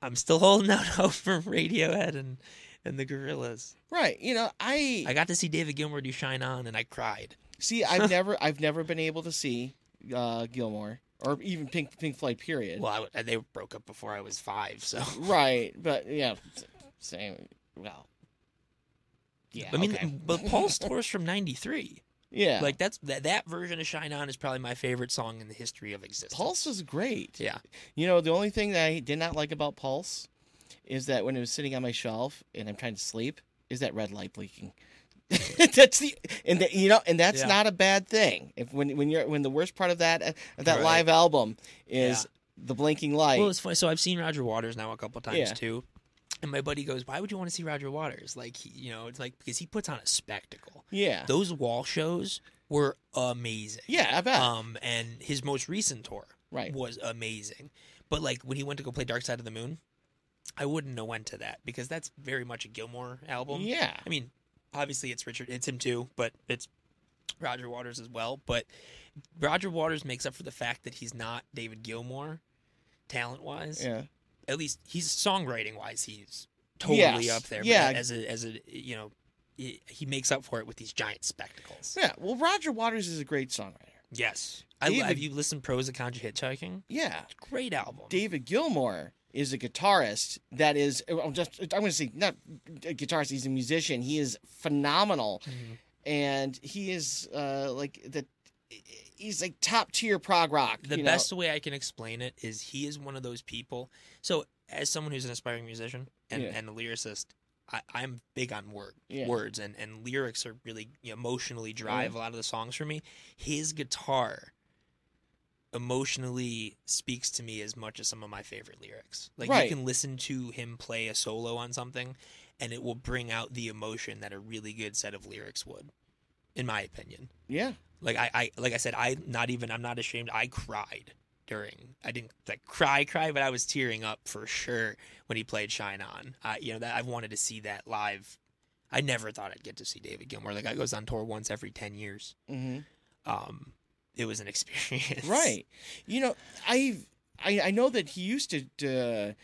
Speaker 2: I'm still holding out hope for Radiohead and and the Gorillas.
Speaker 1: Right. You know, I,
Speaker 2: I got to see David Gilmour do Shine On, and I cried.
Speaker 1: see I've never I've never been able to see uh Gilmore or even Pink Pink Floyd period.
Speaker 2: Well, I w they broke up before I was five, so
Speaker 1: Right, but yeah, s- same well. Yeah.
Speaker 2: I mean,
Speaker 1: okay.
Speaker 2: but Paul's tours from '93.
Speaker 1: yeah.
Speaker 2: Like that's that, that version of Shine On is probably my favorite song in the history of existence.
Speaker 1: Pulse was great.
Speaker 2: Yeah.
Speaker 1: You know, the only thing that I did not like about Pulse is that when it was sitting on my shelf and I'm trying to sleep, is that red light blinking. that's the and the, you know and that's
Speaker 2: Yeah.
Speaker 1: not a bad thing. If when when you're when the worst part of that of that
Speaker 2: Right.
Speaker 1: live album is
Speaker 2: Yeah.
Speaker 1: the blinking light.
Speaker 2: Well, it's funny. So I've seen Roger Waters now a couple times
Speaker 1: Yeah.
Speaker 2: too, and my buddy goes, "Why would you want to see Roger Waters? Like, he, you know, it's like because he puts on a spectacle.
Speaker 1: yeah.
Speaker 2: Those wall shows were amazing.
Speaker 1: yeah, I bet.
Speaker 2: Um, and his most recent tour
Speaker 1: Right.
Speaker 2: was amazing. But like when he went to go play Dark Side of the Moon, I wouldn't have went to that because that's very much a Gilmore album.
Speaker 1: yeah.
Speaker 2: I mean, obviously it's Richard, it's him too, but it's Roger Waters as well. But Roger Waters makes up for the fact that he's not David Gilmour, talent wise,
Speaker 1: Yeah.
Speaker 2: at least he's songwriting wise, he's totally
Speaker 1: Yes.
Speaker 2: up there. but
Speaker 1: Yeah.
Speaker 2: as a as a you know, he, he makes up for it with these giant spectacles.
Speaker 1: Yeah, well, Roger Waters is a great songwriter.
Speaker 2: Yes, I
Speaker 1: Even-
Speaker 2: have you listened Pros of Contra Hitchhiking?
Speaker 1: Yeah,
Speaker 2: Great album.
Speaker 1: David Gilmour is a guitarist that is oh, I'm just I'm going to say not a guitarist he's a musician he is phenomenal
Speaker 2: Mm-hmm.
Speaker 1: and he is uh like the he's like top tier prog rock
Speaker 2: the
Speaker 1: you know?
Speaker 2: best way I can explain it is he is one of those people. So, as someone who's an aspiring musician and,
Speaker 1: Yeah.
Speaker 2: and a lyricist, I, I'm big on word,
Speaker 1: Yeah. Mm-hmm.
Speaker 2: words, and, and lyrics are really you know, emotionally drive a lot of the songs for me. His guitar emotionally speaks to me as much as some of my favorite lyrics. Like
Speaker 1: Right.
Speaker 2: you can listen to him play a solo on something, and it will bring out the emotion that a really good set of lyrics would, in my opinion.
Speaker 1: yeah
Speaker 2: Like I, I like I said, I not even I'm not ashamed. I cried during. I didn't like cry, cry, but I was tearing up for sure when he played Shine On. I, you know, that I've wanted to see that live. I never thought I'd get to see David Gilmour. Like I goes on tour once every ten years.
Speaker 1: Mhm.
Speaker 2: Um, it was an experience,
Speaker 1: right you know I I I know that he used to, to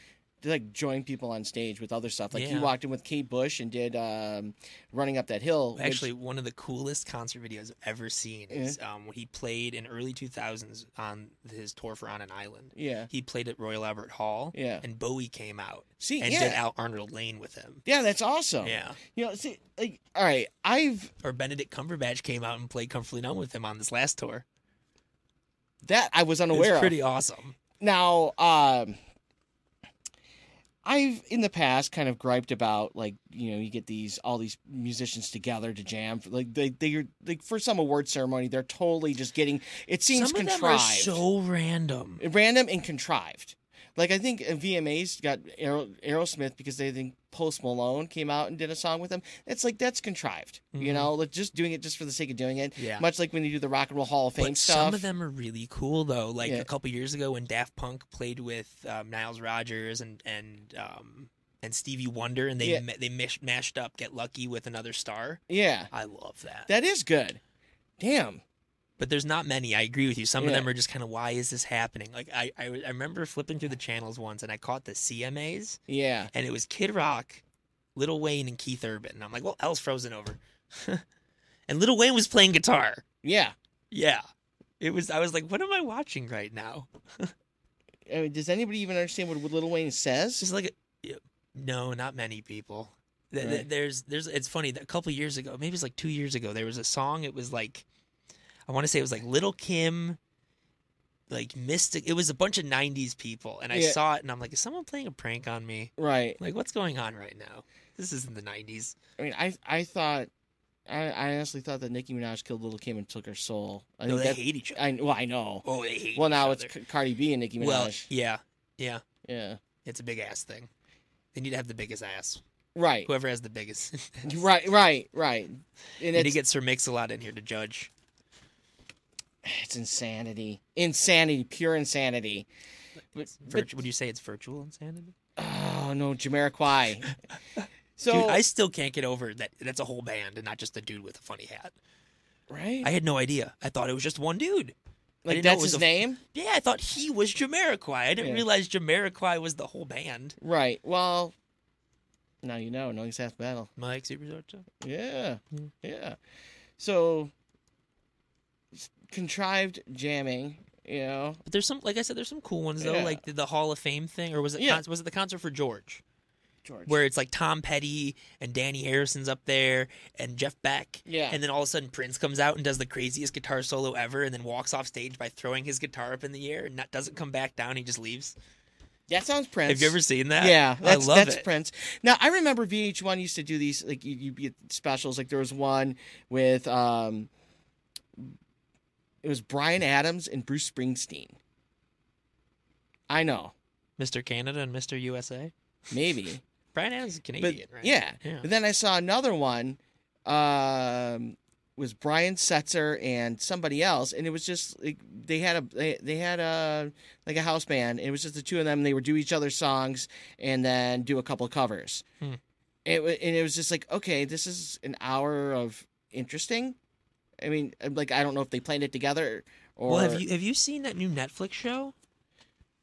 Speaker 1: to, like join people on stage with other stuff like he
Speaker 2: Yeah.
Speaker 1: walked in with Kate Bush and did um running up that hill which-
Speaker 2: Actually, one of the coolest concert videos I've ever seen is um, when he played in early 2000s on his tour for On an Island.
Speaker 1: yeah
Speaker 2: He played at Royal Albert Hall,
Speaker 1: Yeah.
Speaker 2: and Bowie came out
Speaker 1: See,
Speaker 2: and
Speaker 1: yeah. Oh.
Speaker 2: did Al Arnold Lane with him.
Speaker 1: yeah that's awesome
Speaker 2: Yeah.
Speaker 1: you know see like all right I've
Speaker 2: or Benedict Cumberbatch came out and played Comfortably Numb with him on this last tour.
Speaker 1: that I was
Speaker 2: It
Speaker 1: unaware
Speaker 2: was
Speaker 1: of
Speaker 2: pretty awesome.
Speaker 1: Now, um, I've in the past kind of griped about like you know you get these all these musicians together to jam for, like they they are like for some award ceremony they're totally just getting it seems
Speaker 2: Some of them are
Speaker 1: contrived,
Speaker 2: so random.
Speaker 1: random and contrived. Like I think uh, VMAs got Aer- Aerosmith because they think Post Malone came out and did a song with them. It's like that's contrived, you know, like just doing it just for the sake of doing it.
Speaker 2: Mm-hmm. Yeah.
Speaker 1: Much like when you do the Rock and Roll Hall of Fame
Speaker 2: But
Speaker 1: stuff.
Speaker 2: some of them are really cool though. Like
Speaker 1: Yeah.
Speaker 2: a couple years ago when Daft Punk played with um, Niles Rogers and and um, and Stevie Wonder, and they
Speaker 1: Yeah.
Speaker 2: ma- they mish- mashed up "Get Lucky" with another star.
Speaker 1: yeah,
Speaker 2: I love that.
Speaker 1: that is good. Damn.
Speaker 2: But there's not many. I agree with you. Some of
Speaker 1: Yeah.
Speaker 2: them are just kind of why is this happening? Like I, I I remember flipping through the channels once and I caught the CMAs
Speaker 1: Yeah.
Speaker 2: and it was Kid Rock, Little Wayne, and Keith Urban. And I'm like, well, L's frozen over. and Little Wayne was playing guitar.
Speaker 1: Yeah.
Speaker 2: Yeah. It was I was like, what am I watching right now?
Speaker 1: I mean, does anybody even understand what Little Wayne
Speaker 2: It's
Speaker 1: says?
Speaker 2: just like a, no, not many people. Th- th-
Speaker 1: Right.
Speaker 2: There's there's it's funny that a couple years ago, maybe it's like two years ago, there was a song, it was like I want to say it was like Little Kim like Mystic. It was a bunch of 90s people and I
Speaker 1: Yeah.
Speaker 2: saw it and I'm like is someone playing a prank on me?
Speaker 1: Right.
Speaker 2: Like what's going on right now? This isn't the 90s.
Speaker 1: I mean, I I thought, I, I honestly thought that Nicki Minaj killed Little Kim and took her soul. I
Speaker 2: No,
Speaker 1: think
Speaker 2: they
Speaker 1: that-
Speaker 2: hate each other.
Speaker 1: I well, I know.
Speaker 2: Oh, they hate.
Speaker 1: well,
Speaker 2: each
Speaker 1: now it's
Speaker 2: other.
Speaker 1: Ca- Cardi B and Nicki Minaj.
Speaker 2: well, e yeah, yeah.
Speaker 1: yeah.
Speaker 2: It's a big ass thing. They need to have the biggest ass.
Speaker 1: Right.
Speaker 2: Whoever has the biggest. and
Speaker 1: Right. Right. Right. And
Speaker 2: need to
Speaker 1: it's,
Speaker 2: get Sir Mix a lot in here to judge.
Speaker 1: it's insanity. Insanity. Pure insanity.
Speaker 2: Virtu- would you say it's virtual insanity?
Speaker 1: Oh no, Jamiroquai. So
Speaker 2: dude, I still can't get over that. That's a whole band and not just a dude with a funny hat.
Speaker 1: right.
Speaker 2: I had no idea. I thought it was just one dude. I
Speaker 1: like
Speaker 2: didn't know it
Speaker 1: that's
Speaker 2: was
Speaker 1: his
Speaker 2: a-
Speaker 1: name.
Speaker 2: Yeah, I thought he was Jamiroquai. I didn't
Speaker 1: Yeah.
Speaker 2: realize Jamiroquai was the whole band.
Speaker 1: Right. Well, now you know. Knowing's half battle.
Speaker 2: Mike Supersorcha.
Speaker 1: Yeah, yeah. So s- contrived jamming, you know.
Speaker 2: But there's some, like I said, there's some cool ones though,
Speaker 1: Yeah.
Speaker 2: like the, the Hall of Fame thing, or was it?
Speaker 1: Yeah.
Speaker 2: con- was it the concert for George?
Speaker 1: George.
Speaker 2: where it's like Tom Petty and Danny Harrison's up there and Jeff Beck.
Speaker 1: Yeah.
Speaker 2: And then all of a sudden Prince comes out and does the craziest guitar solo ever and then walks off stage by throwing his guitar up in the air and not, doesn't come back down. He just leaves.
Speaker 1: that sounds Prince.
Speaker 2: Have you ever seen that?
Speaker 1: Yeah,
Speaker 2: I
Speaker 1: that's,
Speaker 2: love
Speaker 1: that's
Speaker 2: it.
Speaker 1: Prince. Now I remember VH1 used to do these like you, you get specials. Like there was one with um, it was Brian Adams and Bruce Springsteen. I know,
Speaker 2: Mr. Canada and Mr. USA.
Speaker 1: maybe.
Speaker 2: Brian Adams is
Speaker 1: but
Speaker 2: Canadian, right?
Speaker 1: yeah.
Speaker 2: Yeah.
Speaker 1: But then I saw another one. Um, was Brian Setzer and somebody else, and it was just like, they had a they, they had a like a house band. And it was just the two of them. And they would do each other's songs and then do a couple covers.
Speaker 2: Hmm.
Speaker 1: It wa- and it was just like okay, this is an hour of interesting. I mean, like I don't know if they planned it together or
Speaker 2: Well, have you have you seen that new Netflix show?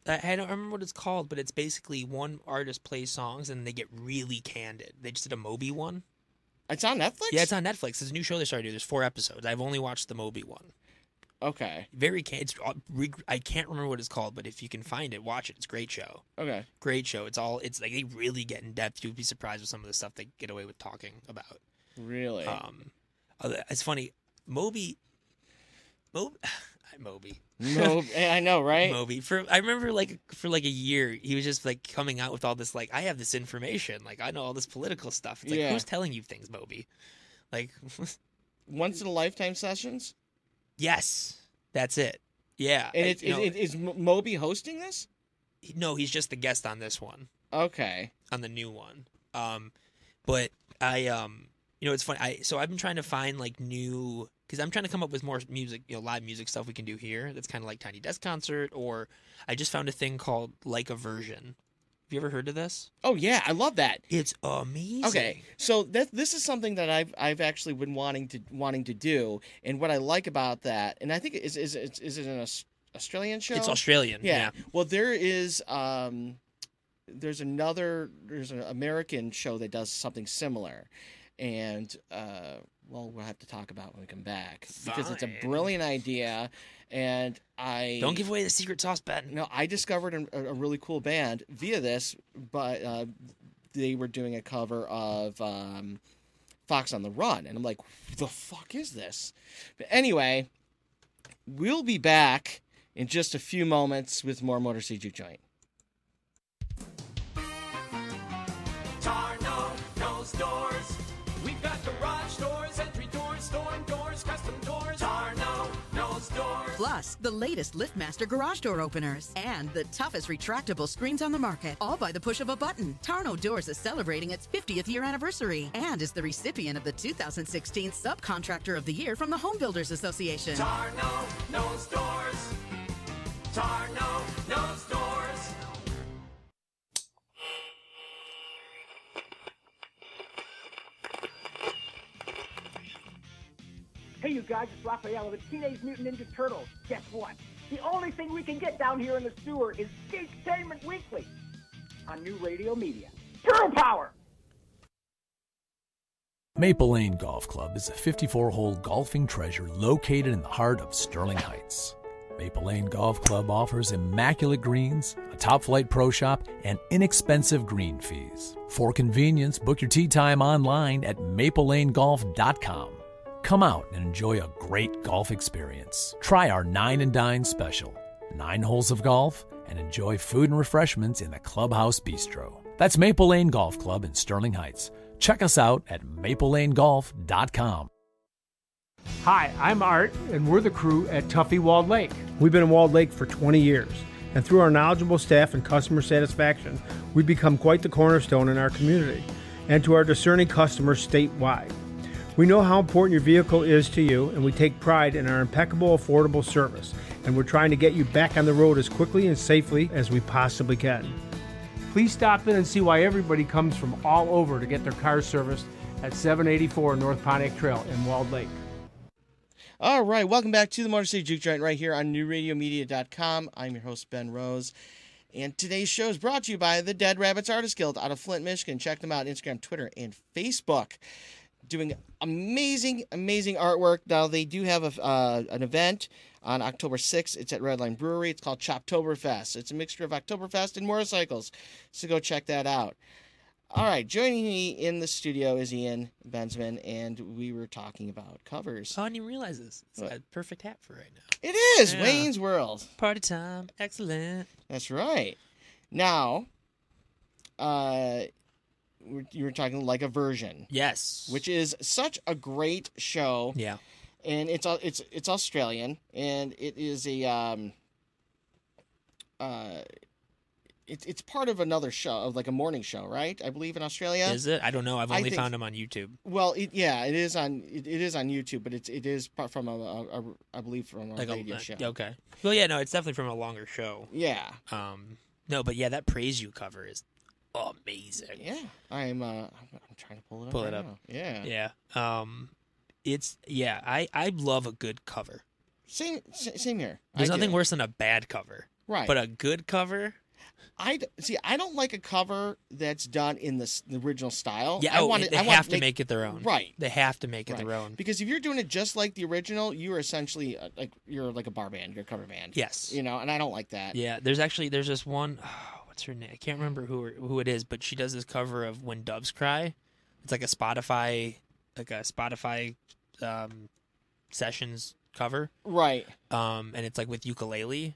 Speaker 2: I I don't remember what it's called, but it's basically one artist plays songs and they get really candid. They just did a Moby one.
Speaker 1: It's on Netflix.
Speaker 2: Yeah, it's on Netflix. It's a new show they started doing. There's four episodes. I've only watched the Moby one.
Speaker 1: Okay.
Speaker 2: Very can it's all- reg- I can't remember what it's called, but if you can find it, watch it. It's a great show.
Speaker 1: Okay.
Speaker 2: Great show. It's all it's like they really get in depth. You'd be surprised with some of the stuff they get away with talking about.
Speaker 1: Really.
Speaker 2: Um, other- it's funny. Moby, Moby, Moby,
Speaker 1: no, I know, right?
Speaker 2: Moby. For I remember like for like a year, he was just like coming out with all this like I have this information, like I know all this political stuff. It's like
Speaker 1: Yeah.
Speaker 2: who's telling you things, Moby? Like,
Speaker 1: Once in a lifetime sessions.
Speaker 2: yes, that's it. Yeah,
Speaker 1: And
Speaker 2: I-
Speaker 1: it's,
Speaker 2: you know,
Speaker 1: is, is Mo- Moby hosting this?
Speaker 2: he- no, he's just the guest on this one.
Speaker 1: Okay.
Speaker 2: on the new one. Um, but I, um, you know, it's funny. I so I've been trying to find like new because I'm trying to come up with more music, you know, live music stuff we can do here. That's kind of like Tiny Desk Concert, or I just found a thing called Like a Version. Have you ever heard of this?
Speaker 1: Oh yeah, I love that.
Speaker 2: It's amazing.
Speaker 1: Okay, so that this is something that I've I've actually been wanting to wanting to do, and what I like about that, and I think is is is, is it an Aus- Australian show?
Speaker 2: it's Australian.
Speaker 1: Yeah.
Speaker 2: Yeah.
Speaker 1: Well, there is um, there's another there's an American show that does something similar, and uh, well, we'll have to talk about it when we come back because it's a
Speaker 2: Fine.
Speaker 1: brilliant idea, and I
Speaker 2: Don't give away the secret sauce, Ben.
Speaker 1: no, I discovered an- a, a really cool band via this, but uh, they were doing a cover of um, Fox on the Run, and I'm like, the fuck is this? But anyway, we'll be back in just a few moments with more Motor City Juke Joint.
Speaker 5: Tarno knows doors. We've got garage doors, entry doors, storm doors, custom doors. Tarno knows doors.
Speaker 3: Plus, the latest LiftMaster garage door openers and the toughest retractable screens on the market, all by the push of a button. Tarno Doors is celebrating its 50th year anniversary and is the recipient of the 2016 Subcontractor of the Year from the Home Builders Association.
Speaker 5: Tarno knows doors. Tarno knows doors.
Speaker 7: Hey, you guys, it's Raphael of the Teenage Mutant Ninja Turtles. Guess what? The only thing we can get down here in the sewer is Geektainment Weekly on New Radio Media. Turtle Power!
Speaker 12: Maple Lane Golf Club is a 54 hole golfing treasure located in the heart of Sterling Heights. Maple Lane Golf Club offers immaculate greens, a top flight pro shop, and inexpensive green fees. For convenience, book your tee time online at maplelanegolf.com. Come out and enjoy a great golf experience. Try our Nine and Dine special nine holes of golf, and enjoy food and refreshments in the Clubhouse Bistro. That's Maple Lane Golf Club in Sterling Heights. Check us out at maplelanegolf.com.
Speaker 13: Hi, I'm Art, and we're the crew at Tuffy Walled Lake. We've been in Walled Lake for 20 years, and through our knowledgeable staff and customer satisfaction, we've become quite the cornerstone in our community and to our discerning customers statewide. We know how important your vehicle is to you, and we take pride in our impeccable, affordable service, and we're trying to get you back on the road as quickly and safely as we possibly can. Please stop in and see why everybody comes from all over to get their cars serviced at 784 North Pontiac Trail in Walled Lake.
Speaker 1: All right, welcome back to the Motor City Juke Joint right here on newradiomedia.com. I'm your host, Ben Rose. And today's show is brought to you by the Dead Rabbits Artist Guild out of Flint, Michigan. Check them out on Instagram, Twitter, and Facebook. Doing amazing, amazing artwork. Now, they do have a, uh, an event on October 6th. It's at Redline Brewery. It's called Choptoberfest. It's a mixture of Oktoberfest and motorcycles. So go check that out. All right, joining me in the studio is Ian Benzman, and we were talking about covers.
Speaker 2: Oh, I didn't even realize this. It's
Speaker 1: What?
Speaker 2: a perfect hat for right now.
Speaker 1: It is
Speaker 2: Yeah.
Speaker 1: Wayne's World.
Speaker 2: Party time. Excellent.
Speaker 1: That's right. Now, uh, we're- you were talking like a version,
Speaker 2: Yes.
Speaker 1: which is such a great show,
Speaker 2: Yeah.
Speaker 1: and it's au- it's it's Australian, and it is a um, uh, it's it's part of another show of like a morning show, right? I believe in Australia.
Speaker 2: Is it? I don't know. I've
Speaker 1: I
Speaker 2: only
Speaker 1: think-
Speaker 2: found him on YouTube.
Speaker 1: Well, it, yeah, it is on it, it is on YouTube, but it's it is part from a, a, a I believe from a
Speaker 2: Like a,
Speaker 1: radio
Speaker 2: uh,
Speaker 1: show.
Speaker 2: okay. Well, yeah, no, it's definitely from a longer show.
Speaker 1: Yeah,
Speaker 2: Um, no, but yeah, that praise you cover is amazing.
Speaker 1: yeah. I'm uh, I'm, I'm trying to pull it up.
Speaker 2: Pull
Speaker 1: right
Speaker 2: it up.
Speaker 1: now. Yeah.
Speaker 2: Yeah. Um, it's yeah. I I love a good cover.
Speaker 1: Same, s- same here.
Speaker 2: There's
Speaker 1: I
Speaker 2: nothing
Speaker 1: do.
Speaker 2: worse than a bad cover.
Speaker 1: Right.
Speaker 2: But a good cover.
Speaker 1: I d- see. I don't like a cover that's done in the, s- the original style.
Speaker 2: Yeah,
Speaker 1: I
Speaker 2: oh,
Speaker 1: want it-
Speaker 2: they
Speaker 1: I want
Speaker 2: have to make it their own.
Speaker 1: Right.
Speaker 2: They have to make it
Speaker 1: Right.
Speaker 2: their own.
Speaker 1: Because if you're doing it just like the original, you are essentially uh like you're like a bar band, you're a cover band.
Speaker 2: Yes.
Speaker 1: You know, and I don't like that.
Speaker 2: Yeah, there's actually there's this one. what's her name? I can't remember who her, who it is, but she does this cover of "When Doves Cry." It's like a Spotify, like a Spotify um, sessions cover,
Speaker 1: Right.
Speaker 2: um, and it's like with ukulele.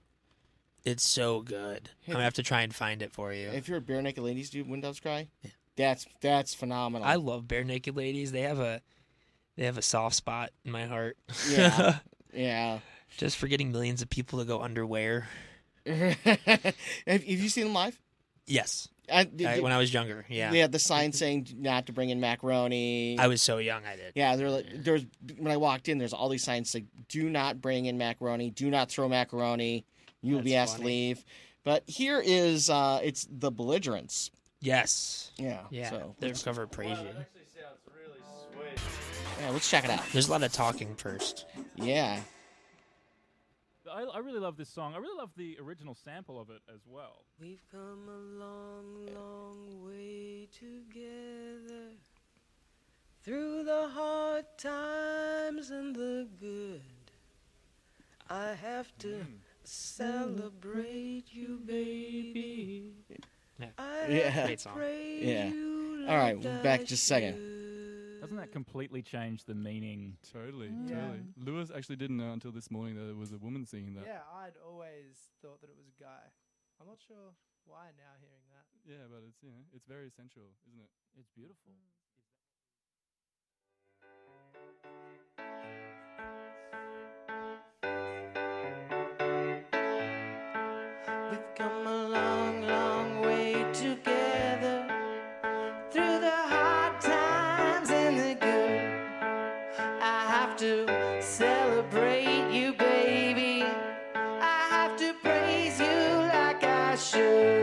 Speaker 2: It's so good. I'm gonna have to try and find it for you.
Speaker 1: If you're a bare naked ladies, do when doves cry? That's that's phenomenal.
Speaker 2: I love bare naked ladies. They have a they have a soft spot in my heart.
Speaker 1: Yeah. yeah.
Speaker 2: Just for getting millions of people to go underwear.
Speaker 1: have, have you seen them live?
Speaker 2: Yes.
Speaker 1: I- did
Speaker 2: I-
Speaker 1: you-
Speaker 2: when I was younger, yeah.
Speaker 1: They had the sign saying not to bring in macaroni.
Speaker 2: I was so young, I did.
Speaker 1: Yeah, they're like there's when I walked in, there's all these signs like do not bring in macaroni, do not throw macaroni, you will be asked to leave. But here is uh it's the belligerents.
Speaker 2: Yes.
Speaker 1: Yeah.
Speaker 2: Yeah.
Speaker 1: So
Speaker 2: Their cover praise you.
Speaker 1: Yeah, let's check it out.
Speaker 2: There's a lot of talking first.
Speaker 1: Yeah.
Speaker 14: I, I really love this song. I really love the original sample of it as well.
Speaker 15: We've come a long, long way together through the hard times and the good. I have to
Speaker 14: Mm.
Speaker 15: celebrate you, baby. I have
Speaker 1: Yeah.
Speaker 15: to praise
Speaker 1: Yeah.
Speaker 15: you
Speaker 1: All right,
Speaker 15: like
Speaker 1: back
Speaker 15: I
Speaker 1: just a second.
Speaker 14: Doesn't that completely change the meaning?
Speaker 16: Totally,
Speaker 17: Yeah.
Speaker 16: totally. Lewis actually didn't know until this morning that it was a woman singing that.
Speaker 17: Yeah, I'd always thought that it was a guy. I'm not sure why now hearing that.
Speaker 16: Yeah, but it's you know, it's very sensual, isn't it? It's beautiful.
Speaker 15: We've come a long, long way together through the hard times and the good. I have to celebrate you, baby. I have to praise you like I should.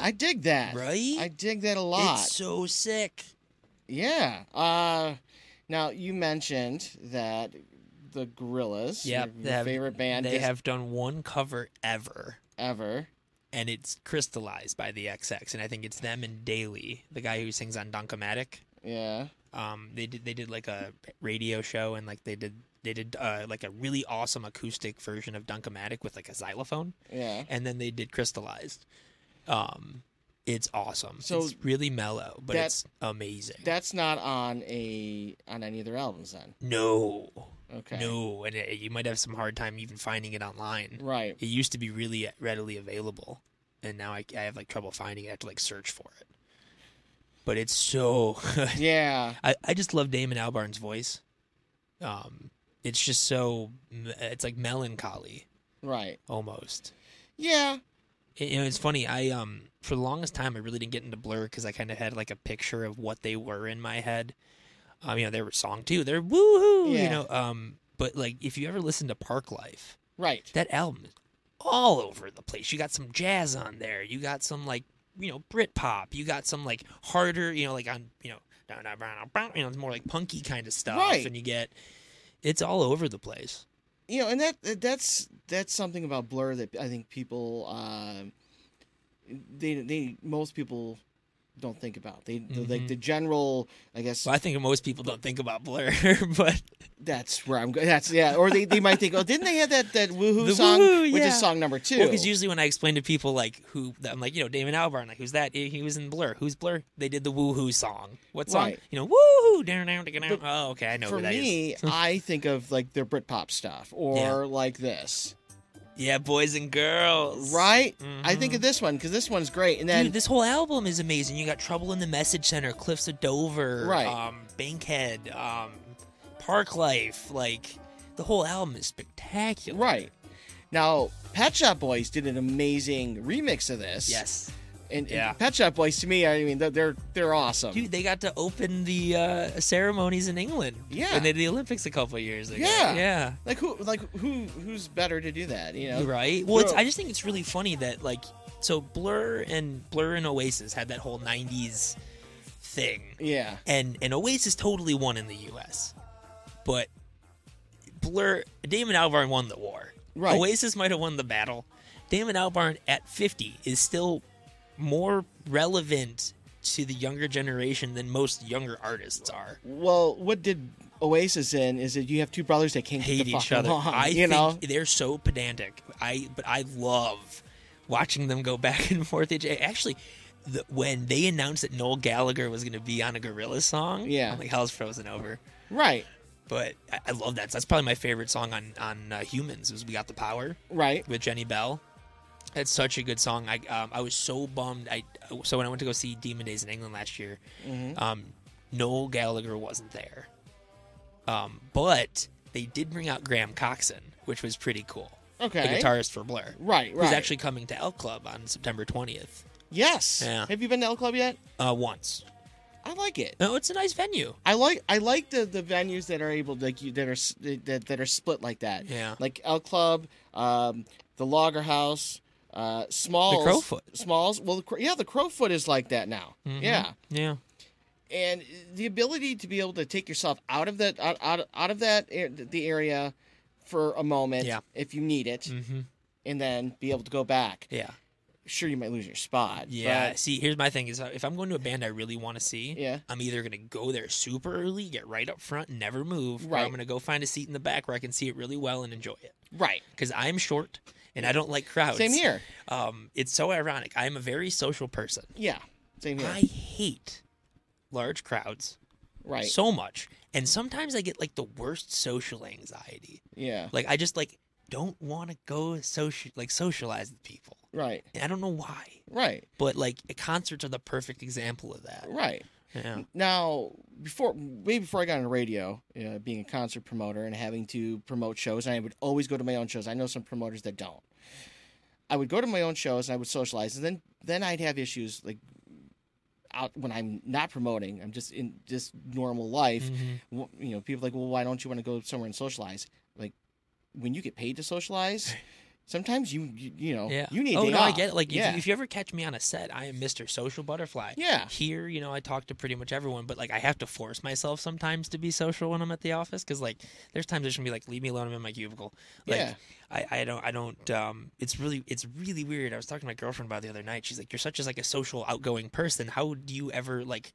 Speaker 1: I dig that.
Speaker 2: Right?
Speaker 1: I dig that a lot.
Speaker 2: It's so sick.
Speaker 1: Yeah. Uh, now you mentioned that the Gorillas,
Speaker 2: Yep,
Speaker 1: your,
Speaker 2: they
Speaker 1: your
Speaker 2: have-
Speaker 1: favorite band,
Speaker 2: They
Speaker 1: is-
Speaker 2: have done one cover ever,
Speaker 1: ever,
Speaker 2: and it's crystallized by the XX, and I think it's them and Daly, the guy who sings on Dunkomatic.
Speaker 1: Yeah.
Speaker 2: Um, they did they did like a radio show, and like they did they did uh, like a really awesome acoustic version of Dunkomatic with like a xylophone.
Speaker 1: Yeah.
Speaker 2: and then they did crystallized. Um, it's awesome.
Speaker 1: So
Speaker 2: it's really mellow, but
Speaker 1: that-
Speaker 2: it's amazing.
Speaker 1: That's not on a on any of their albums then.
Speaker 2: No.
Speaker 1: Okay.
Speaker 2: No, and it, you might have some hard time even finding it online.
Speaker 1: Right.
Speaker 2: It used to be really readily available, and now I, I have like trouble finding it. I have to like search for it. But it's so good.
Speaker 1: Yeah.
Speaker 2: I, I just love Damon Albarn's voice. Um, it's just so m- it's like melancholy
Speaker 1: Right.
Speaker 2: almost.
Speaker 1: Yeah.
Speaker 2: It, you know, it's funny. I um for the longest time I really didn't get into Blur because I kind of had like a picture of what they were in my head. Um, you know, they were song too. They're woohoo.
Speaker 1: Yeah.
Speaker 2: You know, um, but like if you ever listen to Park Life,
Speaker 1: Right.
Speaker 2: that album is all over the place. You got some jazz on there. You got some like you know Brit pop. You got some like harder. You know, like on you know down, down, down, down, you know it's more like punky kind of stuff.
Speaker 1: Right.
Speaker 2: And you get it's all over the place.
Speaker 1: you know, and that that's that's something about Blur that I think people um they they most people don't think about. They like
Speaker 2: Mhm.
Speaker 1: the general, I guess.
Speaker 2: Well, I think most people don't think about Blur, but
Speaker 1: that's where I'm going. That's yeah. Or they, they might think, oh, didn't they have that that woohoo
Speaker 2: The
Speaker 1: song,
Speaker 2: woohoo,
Speaker 1: which
Speaker 2: yeah.
Speaker 1: is song number two?
Speaker 2: Well, because usually when I explain to people like who that I'm like, you know, Damon Albarn, like who's that? Eh, He was in Blur. Who's Blur? They did the woohoo song. What song?
Speaker 1: Right.
Speaker 2: You know, woohoo. down, down, down, down. Oh, okay, I know
Speaker 1: For
Speaker 2: who that is.
Speaker 1: me, I think of like their Britpop stuff or
Speaker 2: Yeah.
Speaker 1: like this,
Speaker 2: Yeah, boys and girls.
Speaker 1: right? I think of this one because this one's great. And then
Speaker 2: Mm-hmm. Dude, this whole album is amazing. You got Trouble in the Message Center, Cliffs of Dover,
Speaker 1: Right.
Speaker 2: um, Bankhead, um, Park Life. Like the whole album is spectacular.
Speaker 1: Right. Now, Pet Shop Boys did an amazing remix of this.
Speaker 2: Yes.
Speaker 1: And, and
Speaker 2: Yeah.
Speaker 1: Pet Shop Boys, to me, I mean, they're- they're they're awesome.
Speaker 2: Dude, they got to open the uh, ceremonies in England.
Speaker 1: Yeah.
Speaker 2: When they did the Olympics a couple years ago.
Speaker 1: yeah,
Speaker 2: Yeah.
Speaker 1: Like who? Like who? Who's better to do that? You know,
Speaker 2: right well it's,
Speaker 1: Bro,
Speaker 2: i just think it's really funny that like so blur and blur and oasis had that whole 90s thing
Speaker 1: yeah,
Speaker 2: and and oasis totally won in the us but blur damon albarn won the war
Speaker 1: Right.
Speaker 2: oasis might have won the battle damon albarn at 50 is still more relevant to the younger generation than most younger artists are
Speaker 1: Well, what did Oasis in? Is that you have two brothers that can't get
Speaker 2: hate
Speaker 1: the fuck
Speaker 2: each other.
Speaker 1: along?
Speaker 2: I
Speaker 1: you
Speaker 2: think
Speaker 1: know,
Speaker 2: they're so pedantic. I but I love watching them go back and forth. It- Actually, the, when they announced that Noel Gallagher was going to be on a Gorilla song,
Speaker 1: Yeah.
Speaker 2: I'm like hell's frozen over.
Speaker 1: right,
Speaker 2: But I, I love that. That's probably my favorite song on on uh, Humans. Was We Got the Power
Speaker 1: right,
Speaker 2: with Jenny Bell. That's such a good song. I um, I was so bummed. I so when I went to go see Demon Days in England last year,
Speaker 1: Mhm.
Speaker 2: um, Noel Gallagher wasn't there. Um, but they did bring out Graham Coxon, which was pretty cool.
Speaker 1: Okay.
Speaker 2: the guitarist for Blur.
Speaker 1: Right,
Speaker 2: Who's
Speaker 1: right.
Speaker 2: actually coming to L Club on September twentieth.
Speaker 1: yes.
Speaker 2: Yeah.
Speaker 1: Have you been to L Club yet?
Speaker 2: Uh, once.
Speaker 1: I like it.
Speaker 2: No, it's a nice venue.
Speaker 1: I like I like the, the venues that are able to like you that are s- that, that are split like that.
Speaker 2: Yeah.
Speaker 1: Like L Club, um, the Logger House, uh, Smalls,
Speaker 2: Crowfoot.
Speaker 1: Smalls. Well, the, Cro- yeah, the Crowfoot is like that now.
Speaker 2: Mhm.
Speaker 1: Yeah,
Speaker 2: Yeah.
Speaker 1: and the ability to be able to take yourself out of that out out, out of that ar- the area for a moment
Speaker 2: Yeah.
Speaker 1: if you need it,
Speaker 2: Mm-hmm.
Speaker 1: and then be able to go back.
Speaker 2: Yeah.
Speaker 1: Sure, you might lose your spot.
Speaker 2: Yeah.
Speaker 1: but-
Speaker 2: See, here's my thing: is uh, if I'm going to a band I really want to see,
Speaker 1: Yeah.
Speaker 2: I'm either going to go there super early, get right up front, and never move, or
Speaker 1: Right.
Speaker 2: I'm going to go find a seat in the back where I can see it really well and enjoy it.
Speaker 1: right.
Speaker 2: Because I'm short and I don't like crowds.
Speaker 1: Same here.
Speaker 2: Um, it's so ironic. I'm a very social person.
Speaker 1: Yeah. Same here.
Speaker 2: I hate large crowds
Speaker 1: right.
Speaker 2: so much, and sometimes I get like the worst social anxiety.
Speaker 1: yeah.
Speaker 2: Like I just like don't want to go social like socialize with people.
Speaker 1: Right.
Speaker 2: And I don't know why,
Speaker 1: Right.
Speaker 2: but like concerts are the perfect example of that.
Speaker 1: Right.
Speaker 2: Yeah.
Speaker 1: Now, before way before I got into radio, uh, being a concert promoter and having to promote shows, and I would always go to my own shows. I know some promoters that don't. I would go to my own shows and I would socialize, and then then I'd have issues like out when I'm not promoting. I'm just in just normal life.
Speaker 2: Mhm.
Speaker 1: W You know, people like, well, why don't you want to go somewhere and socialize? Like, when you get paid to socialize, Sometimes you you, you know
Speaker 2: Yeah.
Speaker 1: you need.
Speaker 2: Oh
Speaker 1: day
Speaker 2: no, I
Speaker 1: off.
Speaker 2: get it. Like if,
Speaker 1: yeah.
Speaker 2: you, if you ever catch me on a set, I am Mr. Social Butterfly.
Speaker 1: Yeah.
Speaker 2: Here, you know, I talk to pretty much everyone, but like I have to force myself sometimes to be social when I'm at the office because like there's times I should be like, leave me alone. I'm in my cubicle. Like,
Speaker 1: Yeah.
Speaker 2: I, I don't I don't um it's really it's really weird. I was talking to my girlfriend about it the other night. She's like, you're such as like a social outgoing person. How do you ever like?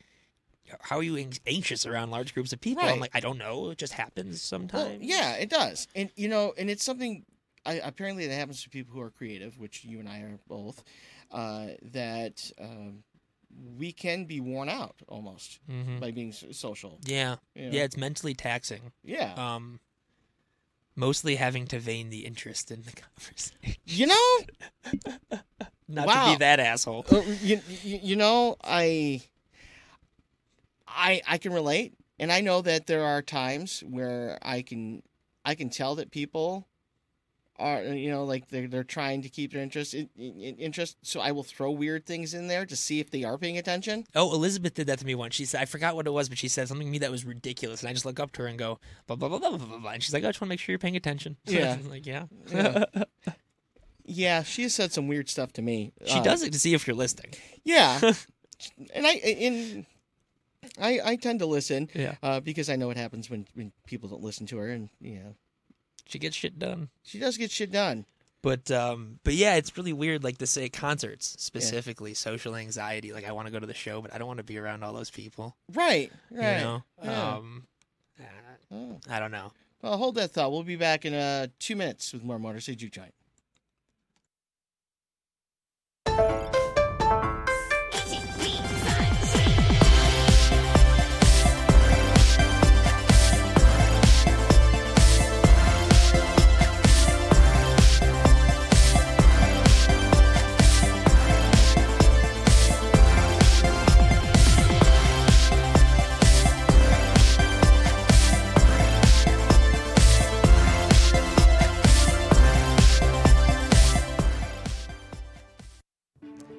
Speaker 2: How are you anx- anxious around large groups of people? I'm
Speaker 1: Right.
Speaker 2: like, I don't know. It just happens sometimes.
Speaker 1: Well, yeah, it does, and you know, and it's something. I, apparently, that happens to people who are creative, which you and I are both. Uh, that um, we can be worn out almost
Speaker 2: Mhm.
Speaker 1: by being s- social.
Speaker 2: Yeah.
Speaker 1: You know?
Speaker 2: Yeah, it's mentally taxing.
Speaker 1: Yeah.
Speaker 2: Um mostly having to vein the interest in the conversation.
Speaker 1: You know,
Speaker 2: Not to
Speaker 1: Wow.
Speaker 2: be that asshole.
Speaker 1: Uh, you, you, you know, I, I, I can relate, and I know that there are times where I can, I can tell that people are, you know, like they're they're trying to keep their interest in, in, in- interest. So I will throw weird things in there to see if they are paying attention.
Speaker 2: Oh, Elizabeth did that to me once. She said I forgot what it was, but she said something to me that was ridiculous and I just look up to her and go, blah blah blah blah blah blah blah and she's like, "Oh, I just want to make sure you're paying attention.
Speaker 1: Yeah.
Speaker 2: I'm like, yeah.
Speaker 1: Yeah. Yeah, she has said some weird stuff to me.
Speaker 2: she
Speaker 1: Uh,
Speaker 2: does it to see if you're listening.
Speaker 1: Yeah, and I in. I, I tend to listen
Speaker 2: Yeah.
Speaker 1: uh, because I know what happens when, when people don't listen to her and you know
Speaker 2: She gets shit done.
Speaker 1: she does get shit done.
Speaker 2: But um, but yeah, it's really weird. Like to say concerts specifically, social anxiety. Like I want to go to the show, but I don't want to be around all those people.
Speaker 1: Right,
Speaker 2: You
Speaker 1: right.
Speaker 2: know?
Speaker 1: yeah.
Speaker 2: Um,
Speaker 1: Oh.
Speaker 2: I don't know.
Speaker 1: Well, hold that thought. We'll be back in uh, two minutes with more Motor City Juke Joint.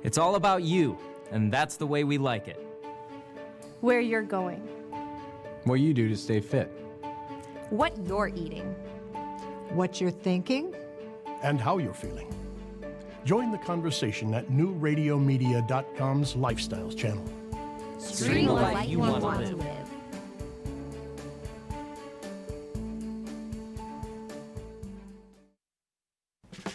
Speaker 6: It's all about you, and that's the way we like it.
Speaker 18: Where you're going.
Speaker 6: What you do to stay fit.
Speaker 18: What you're eating.
Speaker 19: What you're thinking?
Speaker 4: and how you're feeling. Join the conversation at newradiomedia.com's Lifestyles channel.
Speaker 15: Stream the life you want
Speaker 6: wanna
Speaker 15: to live.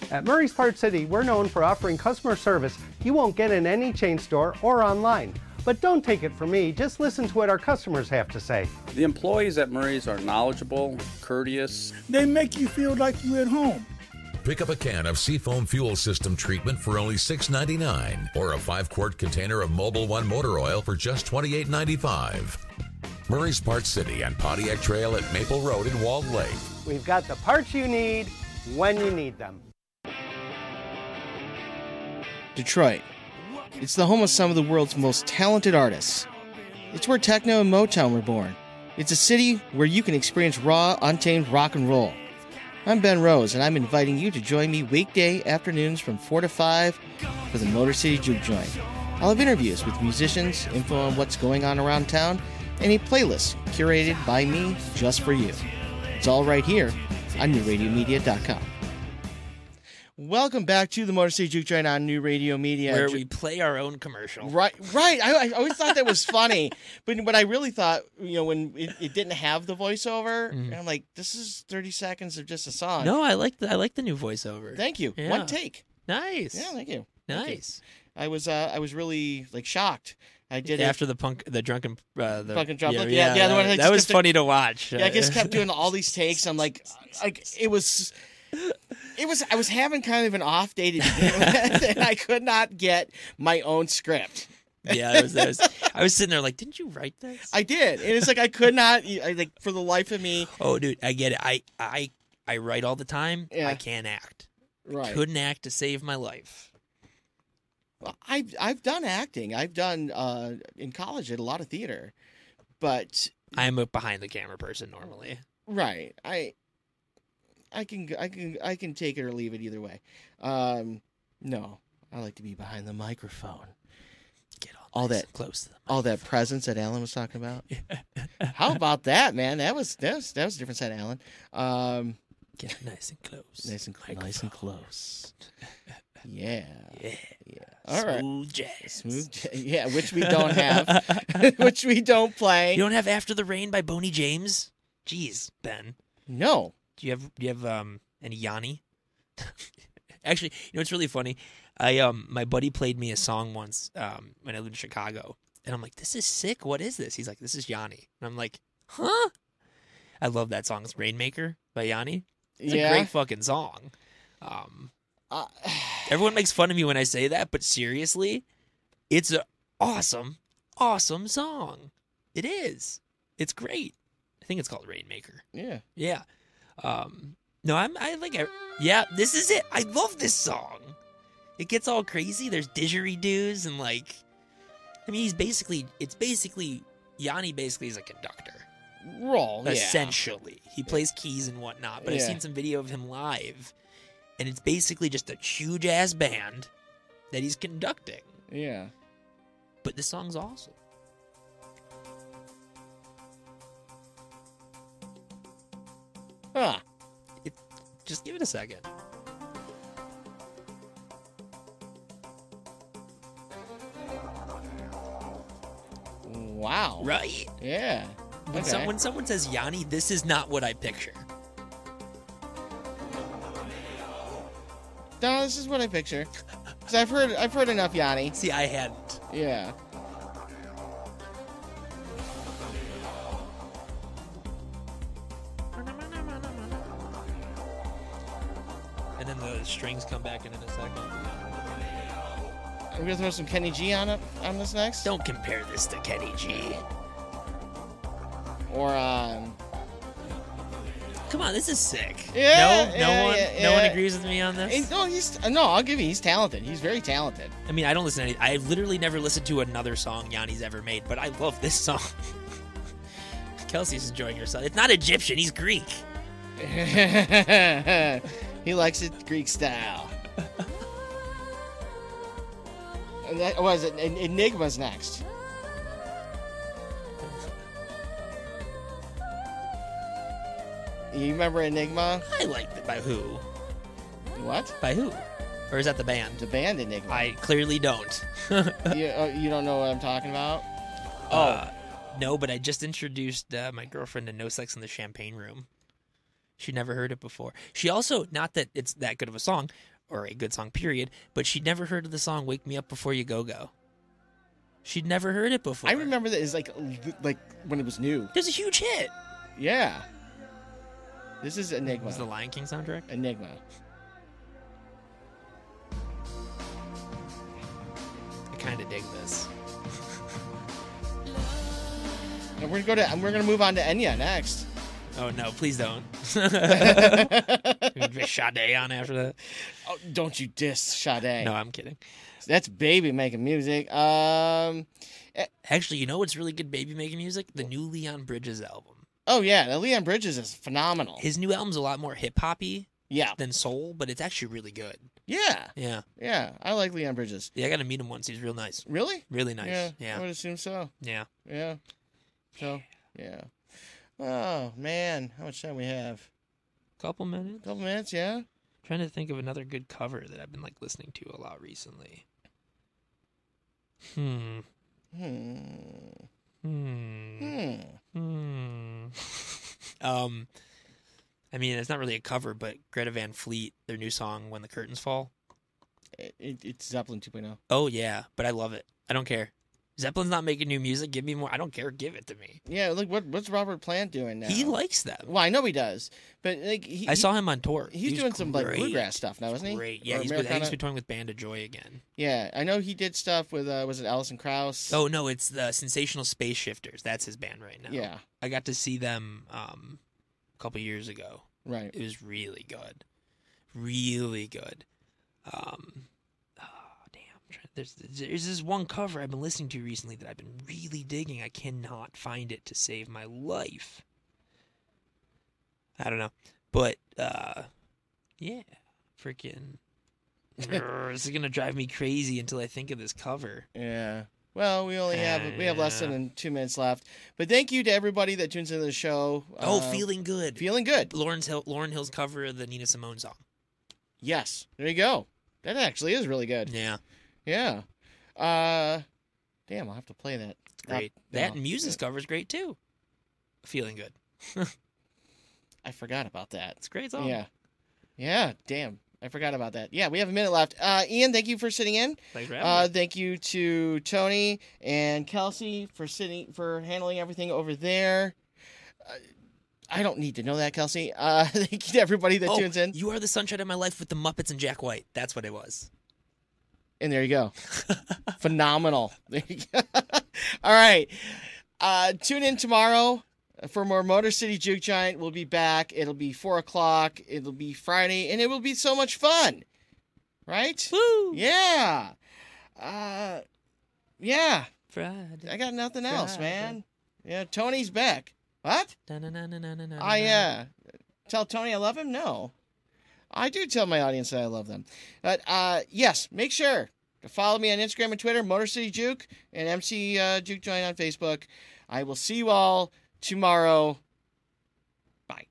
Speaker 13: At Murray's Part City, we're known for offering customer service you won't get in any chain store or online. But don't take it from me, just listen to what our customers have to say.
Speaker 20: The employees at Murray's are knowledgeable, courteous.
Speaker 21: They make you feel like you're at home.
Speaker 22: Pick up a can of Seafoam Fuel System treatment for only $6.99 or a 5 quart container of Mobile One motor oil for just $28.95. Murray's Park City and Pontiac Trail at Maple Road in Walled Lake.
Speaker 13: We've got the parts you need when you need them.
Speaker 1: Detroit. It's the home of some of the world's most talented artists. It's where techno and Motown were born. It's a city where you can experience raw, untamed rock and roll. I'm Ben Rose, and I'm inviting you to join me weekday afternoons from 4 to 5 for the Motor City Juke Joint. I'll have interviews with musicians, info on what's going on around town, and a playlist curated by me just for you. It's all right here on newradiomedia.com. Welcome back to the Motor City Juke Joint on New Radio Media.
Speaker 2: Where
Speaker 1: Ju-
Speaker 2: we play our own commercial.
Speaker 1: Right, right. I, I always thought that was funny, but what I really thought, you know, when it, it didn't have the voiceover,
Speaker 2: Mhm.
Speaker 1: and I'm like, this is 30 seconds of just a song.
Speaker 2: No, I like the I like the new voiceover.
Speaker 1: Thank you.
Speaker 2: Yeah.
Speaker 1: One take.
Speaker 2: Nice.
Speaker 1: Yeah, thank you. Thank you.
Speaker 2: Nice.
Speaker 1: I was, uh, I was really like shocked. I did
Speaker 2: after
Speaker 1: it.
Speaker 2: the punk, the drunken, uh, the
Speaker 1: Fucking drop look. yeah, yeah, the
Speaker 2: that,
Speaker 1: one I
Speaker 2: that
Speaker 1: just
Speaker 2: was
Speaker 1: kept-
Speaker 2: funny to watch.
Speaker 1: Yeah, I just kept doing all these takes. I'm like, like it was, it was. I was having kind of an off day to begin with, and I could not get my own script.
Speaker 2: yeah, it was, it was, I was sitting there like, didn't you write this?
Speaker 1: I did, and it's like I could not, I, like for the life of me.
Speaker 2: Oh, dude, I get it. I I I write all the time. I can't act.
Speaker 1: Right.
Speaker 2: Couldn't act to save my life.
Speaker 1: Well, I've I've done acting. I've done uh, in college did a lot of theater, but
Speaker 2: I'm a behind the camera person normally.
Speaker 1: right, I I can I can I can take it or leave it either way. Um, no, I like to be behind the microphone. Get all, that
Speaker 2: close, to
Speaker 1: all that presence that Alan was talking about. How about that, man? That was that was that was a different side, of Alan. Um,
Speaker 2: Get it nice and close.
Speaker 1: Nice and cl- nice and close. Yeah.
Speaker 2: Yeah.
Speaker 1: Yeah. All right.
Speaker 2: Smooth jazz.
Speaker 1: Smooth jazz. Yeah, which we don't have. which we don't play.
Speaker 2: You don't have After the Rain by Boney James? Jeez, Ben.
Speaker 1: No.
Speaker 2: Do you have do you have um any Yanni? Actually, you know it's really funny. I um my buddy played me a song once um when I lived in Chicago, and I'm like, this is sick. What is this? He's like, this is Yanni, and I'm like, huh? I love that song. It's Rainmaker by Yanni. It's
Speaker 1: Yeah.
Speaker 2: a great fucking song. Um,
Speaker 1: Uh,
Speaker 2: everyone makes fun of me when I say that, but seriously, it's an awesome, awesome song. It is. It's great. I think it's called Rainmaker.
Speaker 1: Yeah.
Speaker 2: Yeah. Um, no, I'm. I like. I, yeah, this is it. I love this song. It gets all crazy. There's didgeridoos and like, I mean, he's basically. It's basically Yanni. Basically, is a conductor.
Speaker 1: Roll. Yeah.
Speaker 2: essentially, he plays keys and whatnot. But I've
Speaker 1: Yeah.
Speaker 2: seen some video of him live, and it's basically just a huge ass band that he's conducting.
Speaker 1: Yeah.
Speaker 2: But this song's awesome.
Speaker 1: Huh.
Speaker 2: It, just give it a second.
Speaker 1: Wow.
Speaker 2: Right?
Speaker 1: Yeah.
Speaker 2: When,
Speaker 1: okay.
Speaker 2: some, when someone says Yanni, this is not what I picture.
Speaker 1: No, this is what I picture. Cause I've heard I've heard enough Yanni.
Speaker 2: See, I hadn't.
Speaker 1: Yeah.
Speaker 2: And then the strings come back in in a second.
Speaker 1: I'm gonna throw some Kenny G on it on this next.
Speaker 2: Don't compare this to Kenny G.
Speaker 1: Or um.
Speaker 2: Come on, this is sick.
Speaker 1: Yeah.
Speaker 2: no, no
Speaker 1: yeah,
Speaker 2: one,
Speaker 1: yeah,
Speaker 2: no one
Speaker 1: yeah.
Speaker 2: agrees with me on this.
Speaker 1: And- no, he's no. I'll give you. He's talented. He's very talented.
Speaker 2: I mean, I don't listen. to any, I've literally never listened to another song Yanni's ever made, but I love this song. Kelsey's enjoying herself. It's not Egyptian. He's Greek.
Speaker 1: he likes it Greek style. And that was it. En- Enigma's next. You remember Enigma?
Speaker 2: I like it by who?
Speaker 1: What?
Speaker 2: By who? Or is that the band?
Speaker 1: The band Enigma.
Speaker 2: I clearly don't.
Speaker 1: you, oh, you don't know what I'm talking about?
Speaker 2: Oh. no, but I just introduced uh, my girlfriend to No Sex in the Champagne Room. She never heard it before. She also, not that it's that good of a song or a good song, period, but she'd never heard of the song Wake Me Up Before You Go Go. She'd never heard it before.
Speaker 1: I remember that is like l- like when it was new.
Speaker 2: There's a huge hit.
Speaker 1: Yeah. This is Enigma.
Speaker 2: Was the Lion King soundtrack?
Speaker 1: Enigma.
Speaker 2: I kind of dig this.
Speaker 1: And we're gonna go to and we're gonna move on to Enya next.
Speaker 2: Oh, no, please don't. Sade on after that.
Speaker 1: Oh, don't you diss Sade.
Speaker 2: No, I'm kidding.
Speaker 1: That's baby making music. Um,
Speaker 2: Actually, you know what's really good baby making music? The new Leon Bridges album.
Speaker 1: oh yeah, the Leon Bridges is phenomenal.
Speaker 2: His new album's a lot more hip hoppy
Speaker 1: Yeah,
Speaker 2: than soul, but it's actually really good.
Speaker 1: yeah,
Speaker 2: Yeah.
Speaker 1: yeah. I like Leon Bridges.
Speaker 2: Yeah, I got to meet him once. He's real nice.
Speaker 1: Really?
Speaker 2: Really nice.
Speaker 1: Yeah,
Speaker 2: Yeah.
Speaker 1: I would
Speaker 2: Yeah.
Speaker 1: assume so. Yeah. So yeah. Oh man, how much time we have?
Speaker 2: Couple minutes.
Speaker 1: Couple minutes, yeah.
Speaker 2: Trying to think of another good cover that I've been like listening to a lot recently. Hmm.
Speaker 1: Hmm.
Speaker 2: Hmm.
Speaker 1: Hmm.
Speaker 2: Hmm. um, I mean, it's not really a cover, but Greta Van Fleet, their new song "When the Curtains Fall."
Speaker 1: It, it- it's Zeppelin 2.0.
Speaker 2: Oh yeah, but I love it. I don't care. Zeppelin's not making new music. Give me more. I don't care. Give it to me.
Speaker 1: Yeah, look what what's Robert Plant doing now?
Speaker 2: He likes them.
Speaker 1: Well, I know he does, but like he,
Speaker 2: I
Speaker 1: he-
Speaker 2: saw him on tour.
Speaker 1: He's
Speaker 2: He was
Speaker 1: doing some like
Speaker 2: great.
Speaker 1: bluegrass stuff now, isn't he?
Speaker 2: Great. Yeah,
Speaker 1: Or
Speaker 2: he's, been, I think he's
Speaker 1: Americana.
Speaker 2: been touring with Band of Joy again.
Speaker 1: Yeah, I know he did stuff with uh was it Allison Krauss?
Speaker 2: Oh no, it's the Sensational Space Shifters. That's his band right now.
Speaker 1: Yeah.
Speaker 2: I got to see them um, a couple years ago.
Speaker 1: Right.
Speaker 2: It was really good, really good. Um, oh damn! I'm trying- There's there's this one cover I've been listening to recently that I've been really digging. I cannot find it to save my life. I don't know, but uh, yeah, freaking. Grr, this is gonna drive me crazy until I think of this cover.
Speaker 1: Yeah. Well, we only have we have less
Speaker 2: Uh.
Speaker 1: than two minutes left. But thank you to everybody that tunes into the show.
Speaker 2: Oh,
Speaker 1: Uh,
Speaker 2: feeling good.
Speaker 1: Feeling good.
Speaker 2: Lauren's Hill, Lauren Hill's cover of the Nina Simone song.
Speaker 1: Yes, there you go. That actually is really good.
Speaker 2: Yeah.
Speaker 1: Yeah. Uh, damn, I'll have to play that.
Speaker 2: Great.
Speaker 1: no.
Speaker 2: that and Muse's cover is great too. Feeling good.
Speaker 1: I forgot about that.
Speaker 2: It's a great song.
Speaker 1: Yeah. Yeah, damn. I forgot about that. Yeah, we have a minute left. Uh, Ian, thank you for sitting in.
Speaker 2: Thanks for having
Speaker 1: Uh,
Speaker 2: me.
Speaker 1: thank you to Tony and Kelsey for sitting for handling everything over there. Uh, I don't need to know that, Kelsey. Uh, thank you to everybody that
Speaker 2: Oh,
Speaker 1: tunes in.
Speaker 2: You are the sunshine of my life with the Muppets and Jack White. That's what it was.
Speaker 1: And there you go. Phenomenal. There you go. All right. Uh, tune in tomorrow for more Motor City Juke Giant. We'll be back. It'll be four o'clock. It'll be Friday, and it will be so much fun. Right?
Speaker 2: Woo!
Speaker 1: Yeah. Uh, yeah.
Speaker 2: Friday.
Speaker 1: I got nothing else,
Speaker 2: Friday.
Speaker 1: man. Yeah, Tony's back. What?
Speaker 2: I
Speaker 1: I uh, tell Tony I love him. No, I do tell my audience that I love them. But uh, yes, make sure to follow me on Instagram and Twitter, Motor City Juke, and MC uh, Juke Join on Facebook. I will see you all tomorrow. Bye.